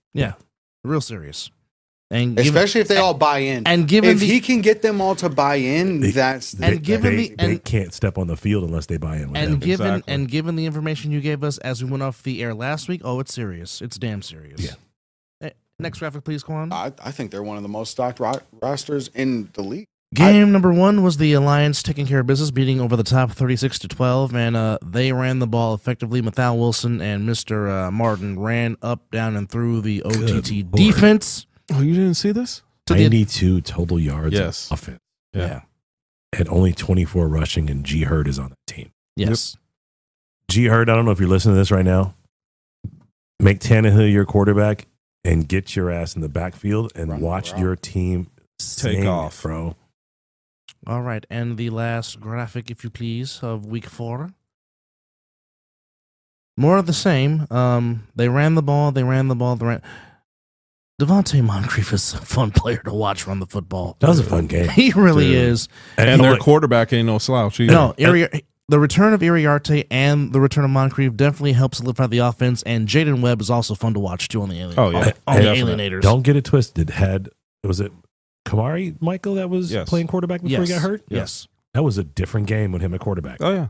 Real serious. And given-
Especially if they all buy in.
and given
If
the
he can get them all to buy in,
They-
that's
They-
And given
they,
the-
they
and-
can't step on the field unless they buy in with
and
him.
given
Exactly.
and given the information you gave us as we went off the air last week, oh, it's serious. It's damn serious.
Yeah.
Eh, Next graphic, please, Kwan.
I, I think they're one of the most stocked ro- rosters in the league.
Game number one was the Alliance taking care of business, beating over the top 36 to 12, and uh, they ran the ball effectively. Mathal Wilson and Mr. Uh, Martin ran up, down, and through the OTT
Lord.
defense.
Oh, you didn't see this?
to the-
92 total yards
Yes.
of offense
Yeah.
and only 24 rushing, and G Hurd is on that team.
Yes.
G Hurd, I don't know if you're listening to this right now. Make Tannehill your quarterback and get your ass in the backfield and
Run,
watch
bro.
your team sing,
off.
bro.
All right. And the last graphic, if you please, of week four. More of the same. Um, they ran the ball. They ran the ball. They ran. Devontae Moncrief is a fun player to watch run the football.
That was a fun game.
He really
Dude.
is.
And,
you know
their
what?
quarterback ain't no slouch either.
No, Iri- the return of Iriarte and the return of Moncrief definitely helps solidify the offense. And Jaden Webb is also fun to watch too on the alien.
Oh, yeah.
on the- on, the
Definite.
alienators.
Don't get it twisted. Had was it Kamari Michael that was
Yes.
playing quarterback before
yes.
he got hurt?
Yes.
That was a different game with him at quarterback.
Oh, yeah.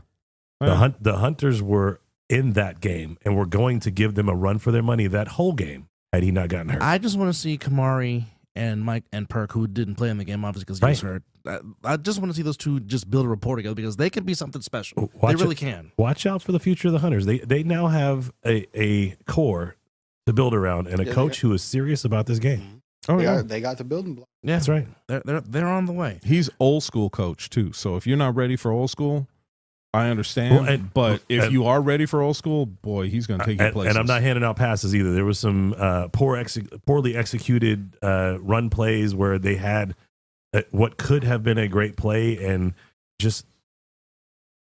Oh,
The
yeah.
hunt the hunters were in that game and were going to give them a run for their money that whole game had he not gotten hurt.
I just want to see Kamari and Mike and Perk, who didn't play in the game obviously because he was hurt. I, I just want to see those two just build a rapport together because they could be something special.
Watch
they really
it-
can.
Watch out for the future of the hunters. They they now have a, a core to build around and a
Yeah,
coach who is serious about this game.
Oh,
They
yeah.
got, they got the building block.
Yeah,
That's right.
They're they're they're on the way.
He's old school coach, too. So if you're not ready for old school, I understand.
Well, and-
but if
and-
you are ready for old school, boy, he's going to take your
Uh, and,
place.
and I'm not handing out passes either. There was some uh, poor, exe- poorly executed uh, run plays where they had uh, what could have been a great play, and just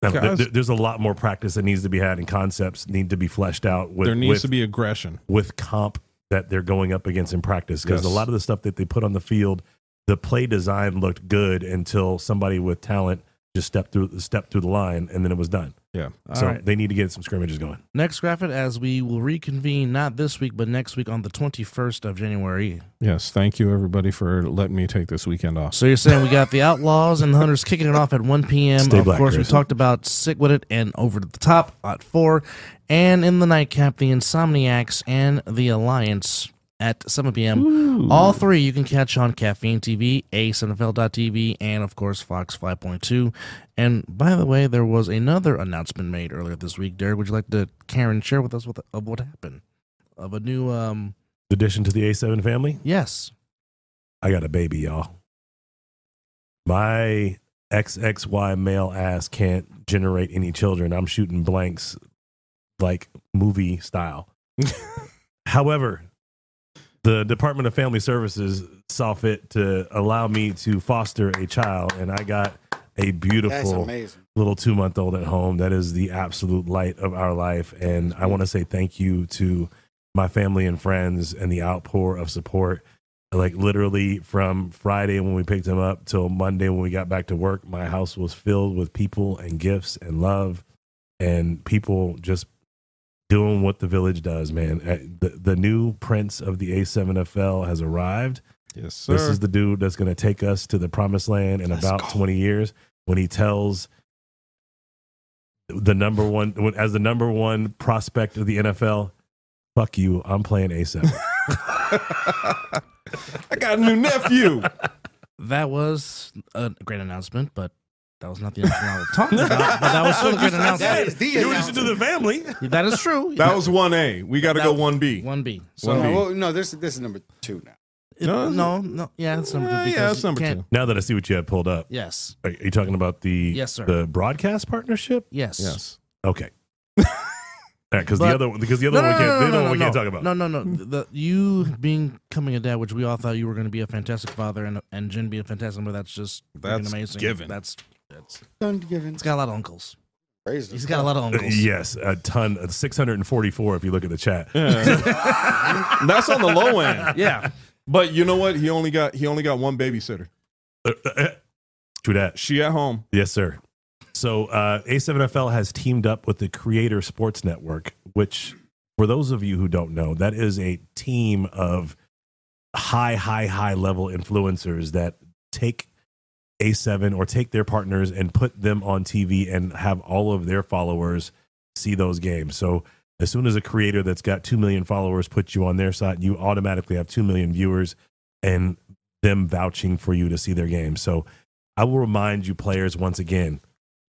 I don't know,
Guys-
there- there's a lot more practice that needs to be had, and concepts need to be fleshed out with
there needs
with,
to be aggression.
with comp that they're going up against in practice because
Yes.
a lot of the stuff that they put on the field, the play design looked good until somebody with talent just stepped through stepped through the line, and then it was done.
Yeah.
All
so
right.
they need to get some scrimmages going.
Next graphic, as we will reconvene not this week, but next week on the 21st of January.
Yes. Thank you, everybody, for letting me take this weekend off.
So you're saying we got the Outlaws and the Hunters kicking it off at 1 p.m.
Stay
of
black,
course,
Chris.
we talked about Sick With It and Over to the Top at 4. And in the nightcap, the Insomniacs and the Alliance at 7 p.m. All three you can catch on Caffeine TV, ASNFL.TV, and of course Fox 5.2. And by the way, there was another announcement made earlier this week. Derek, would you like to, Karen, share with us what of what happened? Of a new, um,
Addition to the A7 family,
yes.
I got a baby, y'all. My XXY male ass can't generate any children. I'm shooting blanks like movie style. However, the Department of Family Services saw fit to allow me to foster a child, and I got a
That's
beautiful
amazing.
little two month old at home. That is the absolute light of our life. And I want to say thank you to my family and friends and the outpour of support. Like literally from Friday when we picked him up till Monday when we got back to work, my house was filled with people and gifts and love and people just doing what the village does, man. Uh, The, the new prince of the A7FL has arrived.
Yes,
This is the dude that's going to take us to the promised land in about 20 years when he tells the number one, when- as the number one prospect of the NFL, fuck you, I'm playing A7.
I got a new nephew.
That was a great announcement, but that was not the announcement I was talking about. But that was still a great announcement.
That is the announcement.
the family.
That is true.
That was one A. We got to go one B.
one B.
One
So
B.
No, well, no, this this is number two now.
it-
No,
no, no, yeah, that's number two.
Yeah,
Because
yeah, that's
you
number
can't-
two.
Now that I see what you had pulled up,
Yes,
are you talking about the
Yes, sir.
the broadcast partnership?
yes,
Yes.
Okay, because the
But-
other one because the other
No, no,
one we
no,
can't,
no,
the other
no,
one we
no,
can't
no.
talk about.
No, no, no. The, you being becoming a dad, which we all thought you were going to be a fantastic father, and and Jen be a fantastic mother. That's just freaking
That's
amazing.
given.
That's that's.
Done giving
He's got a lot of uncles.
praise.
He's got a lot of
Uh,
uncles.
Yes, a ton, uh, 644 if you look at the chat.
Yeah. That's on the low end.
Yeah.
But you know what? He only got he only got one babysitter.
True that.
She at home.
Yes, sir. So uh, A7FL has teamed up with the Creator Sports Network, which, for those of you who don't know, that is a team of high, high, high level influencers that take A7 or take their partners and put them on TV and have all of their followers see those games. So as soon as a creator that's got 2 million followers puts you on their site, you automatically have 2 million viewers and them vouching for you to see their game. So I will remind you, players, once again,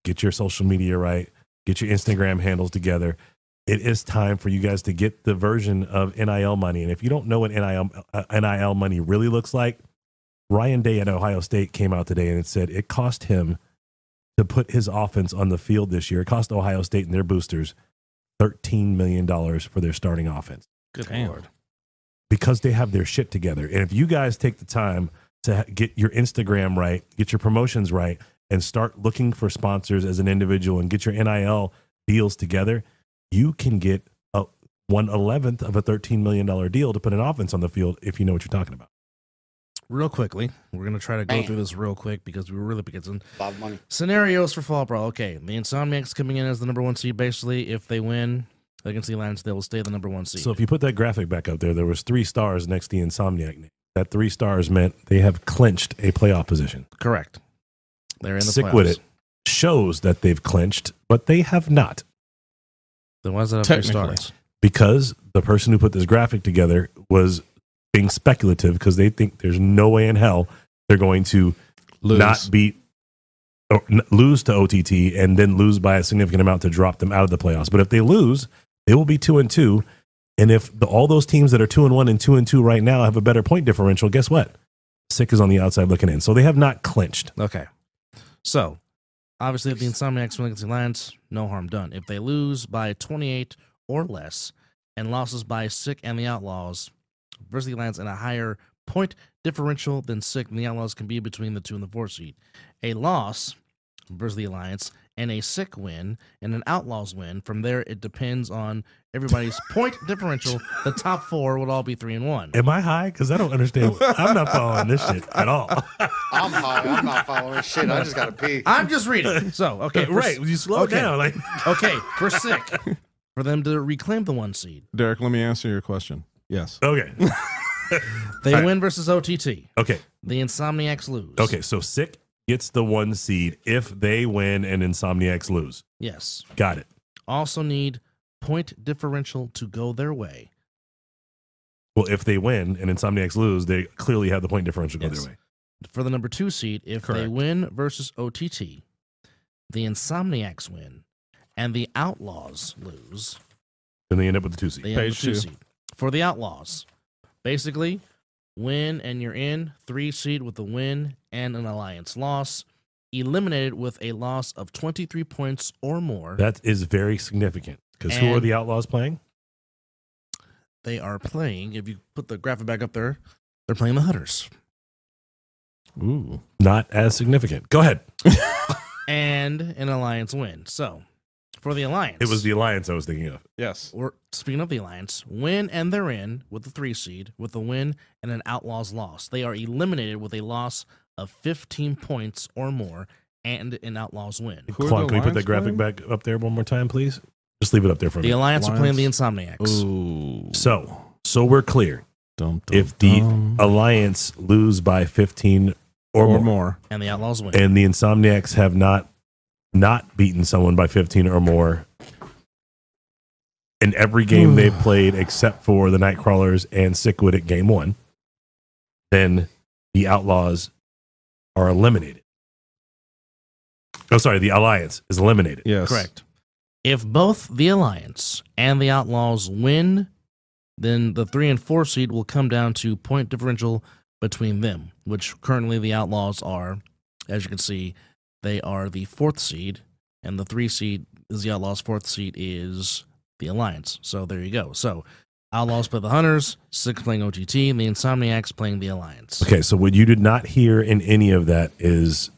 get your social media right, get your Instagram handles together. It is time for you guys to get the version of NIL money. And if you don't know what NIL, uh, NIL money really looks like, Ryan Day at Ohio State came out today and it said it cost him to put his offense on the field this year. It cost Ohio State and their boosters $13 million for their starting offense
Good lord.
because they have their shit together. And if you guys take the time to ha- get your Instagram right, get your promotions right, and start looking for sponsors as an individual and get your NIL deals together, you can get a one eleventh of a thirteen million dollar deal to put an offense on the field if you know what you're talking about.
Real quickly, we're gonna try to go
Bam.
through this real quick because we were really begins.
a lot of money.
Scenarios for Fall Brawl. Okay, the Insomniacs coming in as the number one seed. Basically, if they win against the Lions, they will stay the number one seed.
So if you put that graphic back up there, there was three stars next to the Insomniac name. That three stars meant they have clinched a playoff position.
correct. They're in the
Sick
playoffs.
with it shows that they've clinched, but they have not.
Then why is that up three
Technically.
stars?
because the person who put this graphic together was being speculative because they think there's no way in hell they're going to
Lose.
not beat or n- lose to OTT and then lose by a significant amount to drop them out of the playoffs. But if they lose, they will be two and two. And if the, all those teams that are two and one and two and two right now have a better point differential, guess what? Sick is on the outside looking in. So they have not clinched.
Okay. So obviously, if the Insomniacs win against the Lions, no harm done. If they lose by 28 or less, and losses by Sick and the Outlaws versus the Lions in a higher point differential than Sick and the Outlaws can be between the two and the four seed, a loss versus the Alliance and a sick win and an outlaws win. From there, it depends on everybody's point differential. The top four would all be three and one.
Am I high? Because I don't understand. I'm not following this shit at all.
I'm high. I'm not following Oh, shit. I just gotta pee.
I'm just reading. So okay, for-
right. You slow
okay.
down. Like
Okay, for sick. For them to reclaim the one seed,
Derek, let me answer your question. Yes.
okay,
they
All right.
win versus OTT.
okay,
The Insomniacs lose.
okay. So sick gets the one seed if they win and Insomniacs lose.
Yes.
Got it.
Also need point differential to go their way.
Well, if they win and Insomniacs lose, they clearly have the point differential go
Yes.
their way.
For the number two seed, if they
Correct.
win versus OTT, the Insomniacs win, and the Outlaws lose.
Then they end up with the two seed.
They have
Page
the two
two.
seed. For the Outlaws, basically, win and you're in. Three seed with a win and an alliance loss. Eliminated with a loss of 23 points or more.
That is very significant because who are
And-
the Outlaws playing?
they are playing, if you put the graphic back up there, they're playing the Hunters.
Ooh.
Not as significant. Go ahead.
And an alliance win. So, for the alliance.
It was the Alliance I was thinking of.
Yes.
or speaking of the alliance, win and they're in with the three seed, with a win and an outlaws loss. They are eliminated with a loss of 15 points or more and an outlaws win.
Who are
Quan,
the
can we put that
Alliance
graphic back up there one more time, please? Just leave it up there for
The
me.
alliance, are playing the
Alliance.
Insomniacs.
Ooh.
so, so we're clear.
Dum, dum,
If the
dum.
Alliance lose by 15 or,
or,
more,
more.
And the outlaws win.
and the Insomniacs have not not beaten someone by 15 or more in every game they've played except for the Nightcrawlers and Sickwood at game 1, then the Outlaws are eliminated. Oh, sorry, the Alliance is eliminated.
Yes.
Correct. If both the alliance and the outlaws win, then the three and four seed will come down to point differential between them, which currently the outlaws are, as you can see, they are the fourth seed, and the three seed is the outlaws. Fourth seed is the alliance. So there you go. So outlaws play the hunters, six playing OTT, and the insomniacs playing the alliance.
Okay, so what you did not hear in any of that is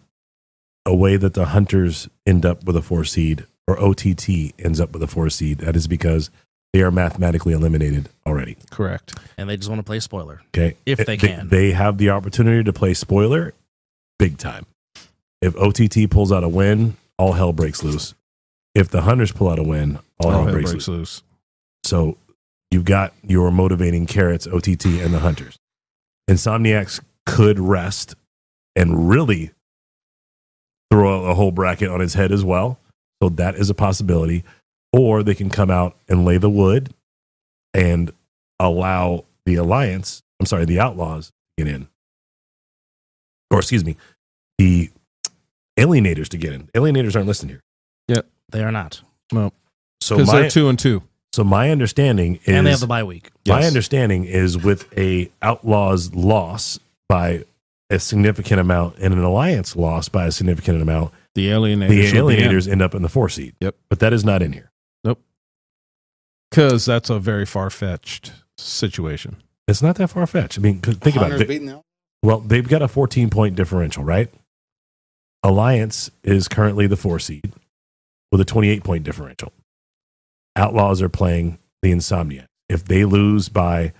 a way that the hunters end up with a four seed or OTT ends up with a four seed. That is because they are mathematically eliminated already.
Correct.
and they just want to play spoiler.
Okay.
If they can.
They, have the opportunity to play spoiler big time. If OTT pulls out a win, all hell breaks loose. If the hunters pull out a win, all, hell, breaks, loose.
loose.
So you've got your motivating carrots, OTT, and the Hunters. Insomniacs could rest and really throw a whole bracket on his head as well. So that is a possibility. Or they can come out and lay the wood and allow the Alliance, I'm sorry, the Outlaws to get in. Or excuse me, the Alienators to get in. Alienators aren't listed here.
They are not,
So
Because
my,
they're two and two.
so my understanding is
and they have the bye week.
My
Yes.
understanding is with a outlaw's loss by a significant amount and an alliance loss by a significant amount,
The alienators.
the alienators end up in the four seed.
Yep.
But that is not in here.
Because that's a very far fetched situation.
It's not that far fetched. I mean, 'cause think about
Hunters
it. They-
beating them.
well, they've got a 14 point differential, right? Alliance is currently the four seed with a 28 point differential. Outlaws are playing the Insomnia. If they lose by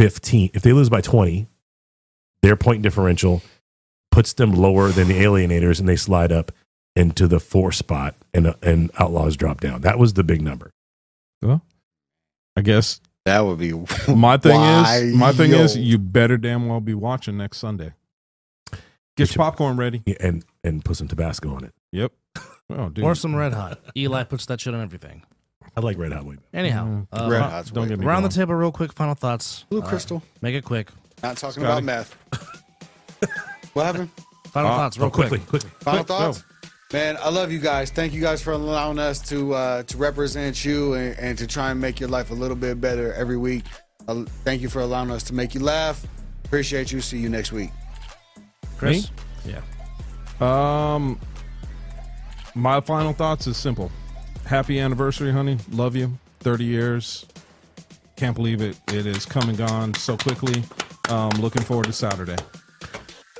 15, if they lose by 20, their point differential puts them lower than the Alienators and they slide up into the four spot and, and Outlaws drop down. That was the big number.
I guess
That would be.
my thing is my thing is
Wild.
you better damn well be watching next Sunday. Get your popcorn ready.
And, and put some Tabasco on it.
Yep. Oh, dude.
Or some Red Hot. Eli puts that shit on everything.
I like Red Hot Wing.
Anyhow,
Mm.
uh,
Mm-hmm. Red
fi-
Hot's
Don't
way
get me
Round the
wrong.
table, real quick. Final thoughts.
Blue
Uh,
Crystal.
make it quick.
Not talking
Scotty.
about meth. what happened?
Final
Uh,
thoughts, real quick.
Quickly, quickly.
Final
Quick, go.
thoughts. Man, I love you guys. Thank you guys for allowing us to uh, to represent you and, and to try and make your life a little bit better every week. Uh, thank you for allowing us to make you laugh. Appreciate you. See you next week.
Chris,
Um, my final thoughts is simple. Happy anniversary, honey. Love you. Thirty years. Can't believe it. It is come and gone so quickly. Um, looking forward to Saturday.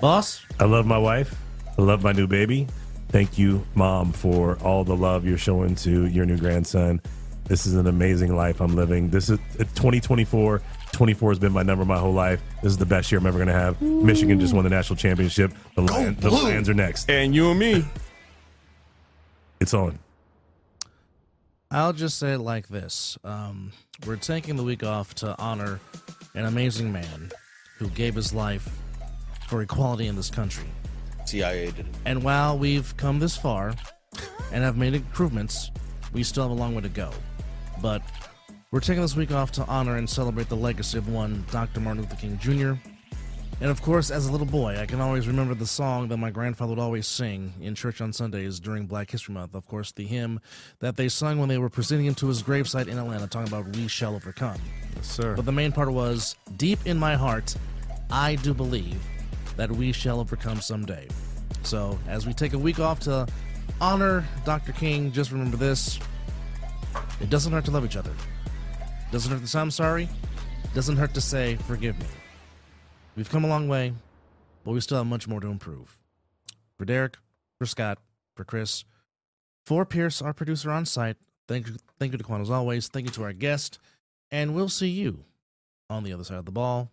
boss,
I love my wife. I love my new baby. Thank you, mom, for all the love you're showing to your new grandson. This is an amazing life I'm living. This is it's 2024. 24 has been my number my whole life. This is the best year I'm ever going to have. Michigan just won the national championship. The, Lion- the Lions are next.
And you and me.
It's on.
I'll just say it like this: um, We're taking the week off to honor an amazing man who gave his life for equality in this country.
CIA did it.
And while we've come this far and have made improvements, we still have a long way to go. But we're taking this week off to honor and celebrate the legacy of one Dr. Martin Luther King Jr. And of course, as a little boy, I can always remember the song that my grandfather would always sing in church on Sundays during Black History Month. Of course, the hymn that they sung when they were presenting him to his gravesite in Atlanta, talking about We Shall Overcome.
Yes, sir.
But the main part was deep in my heart, I do believe that we shall overcome someday. So, as we take a week off to honor Dr. King, just remember this it doesn't hurt to love each other. Doesn't hurt to say I'm sorry. Doesn't hurt to say forgive me. We've come a long way, but we still have much more to improve. For Derek, for Scott, for Chris, for Pierce, our producer on site, thank you, thank you to Quan as always. Thank you to our guest, and we'll see you on the other side of the ball.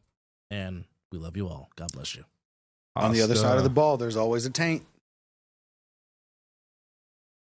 And we love you all. God bless you.
On the other
Hasta-
side of the ball, there's always a taint.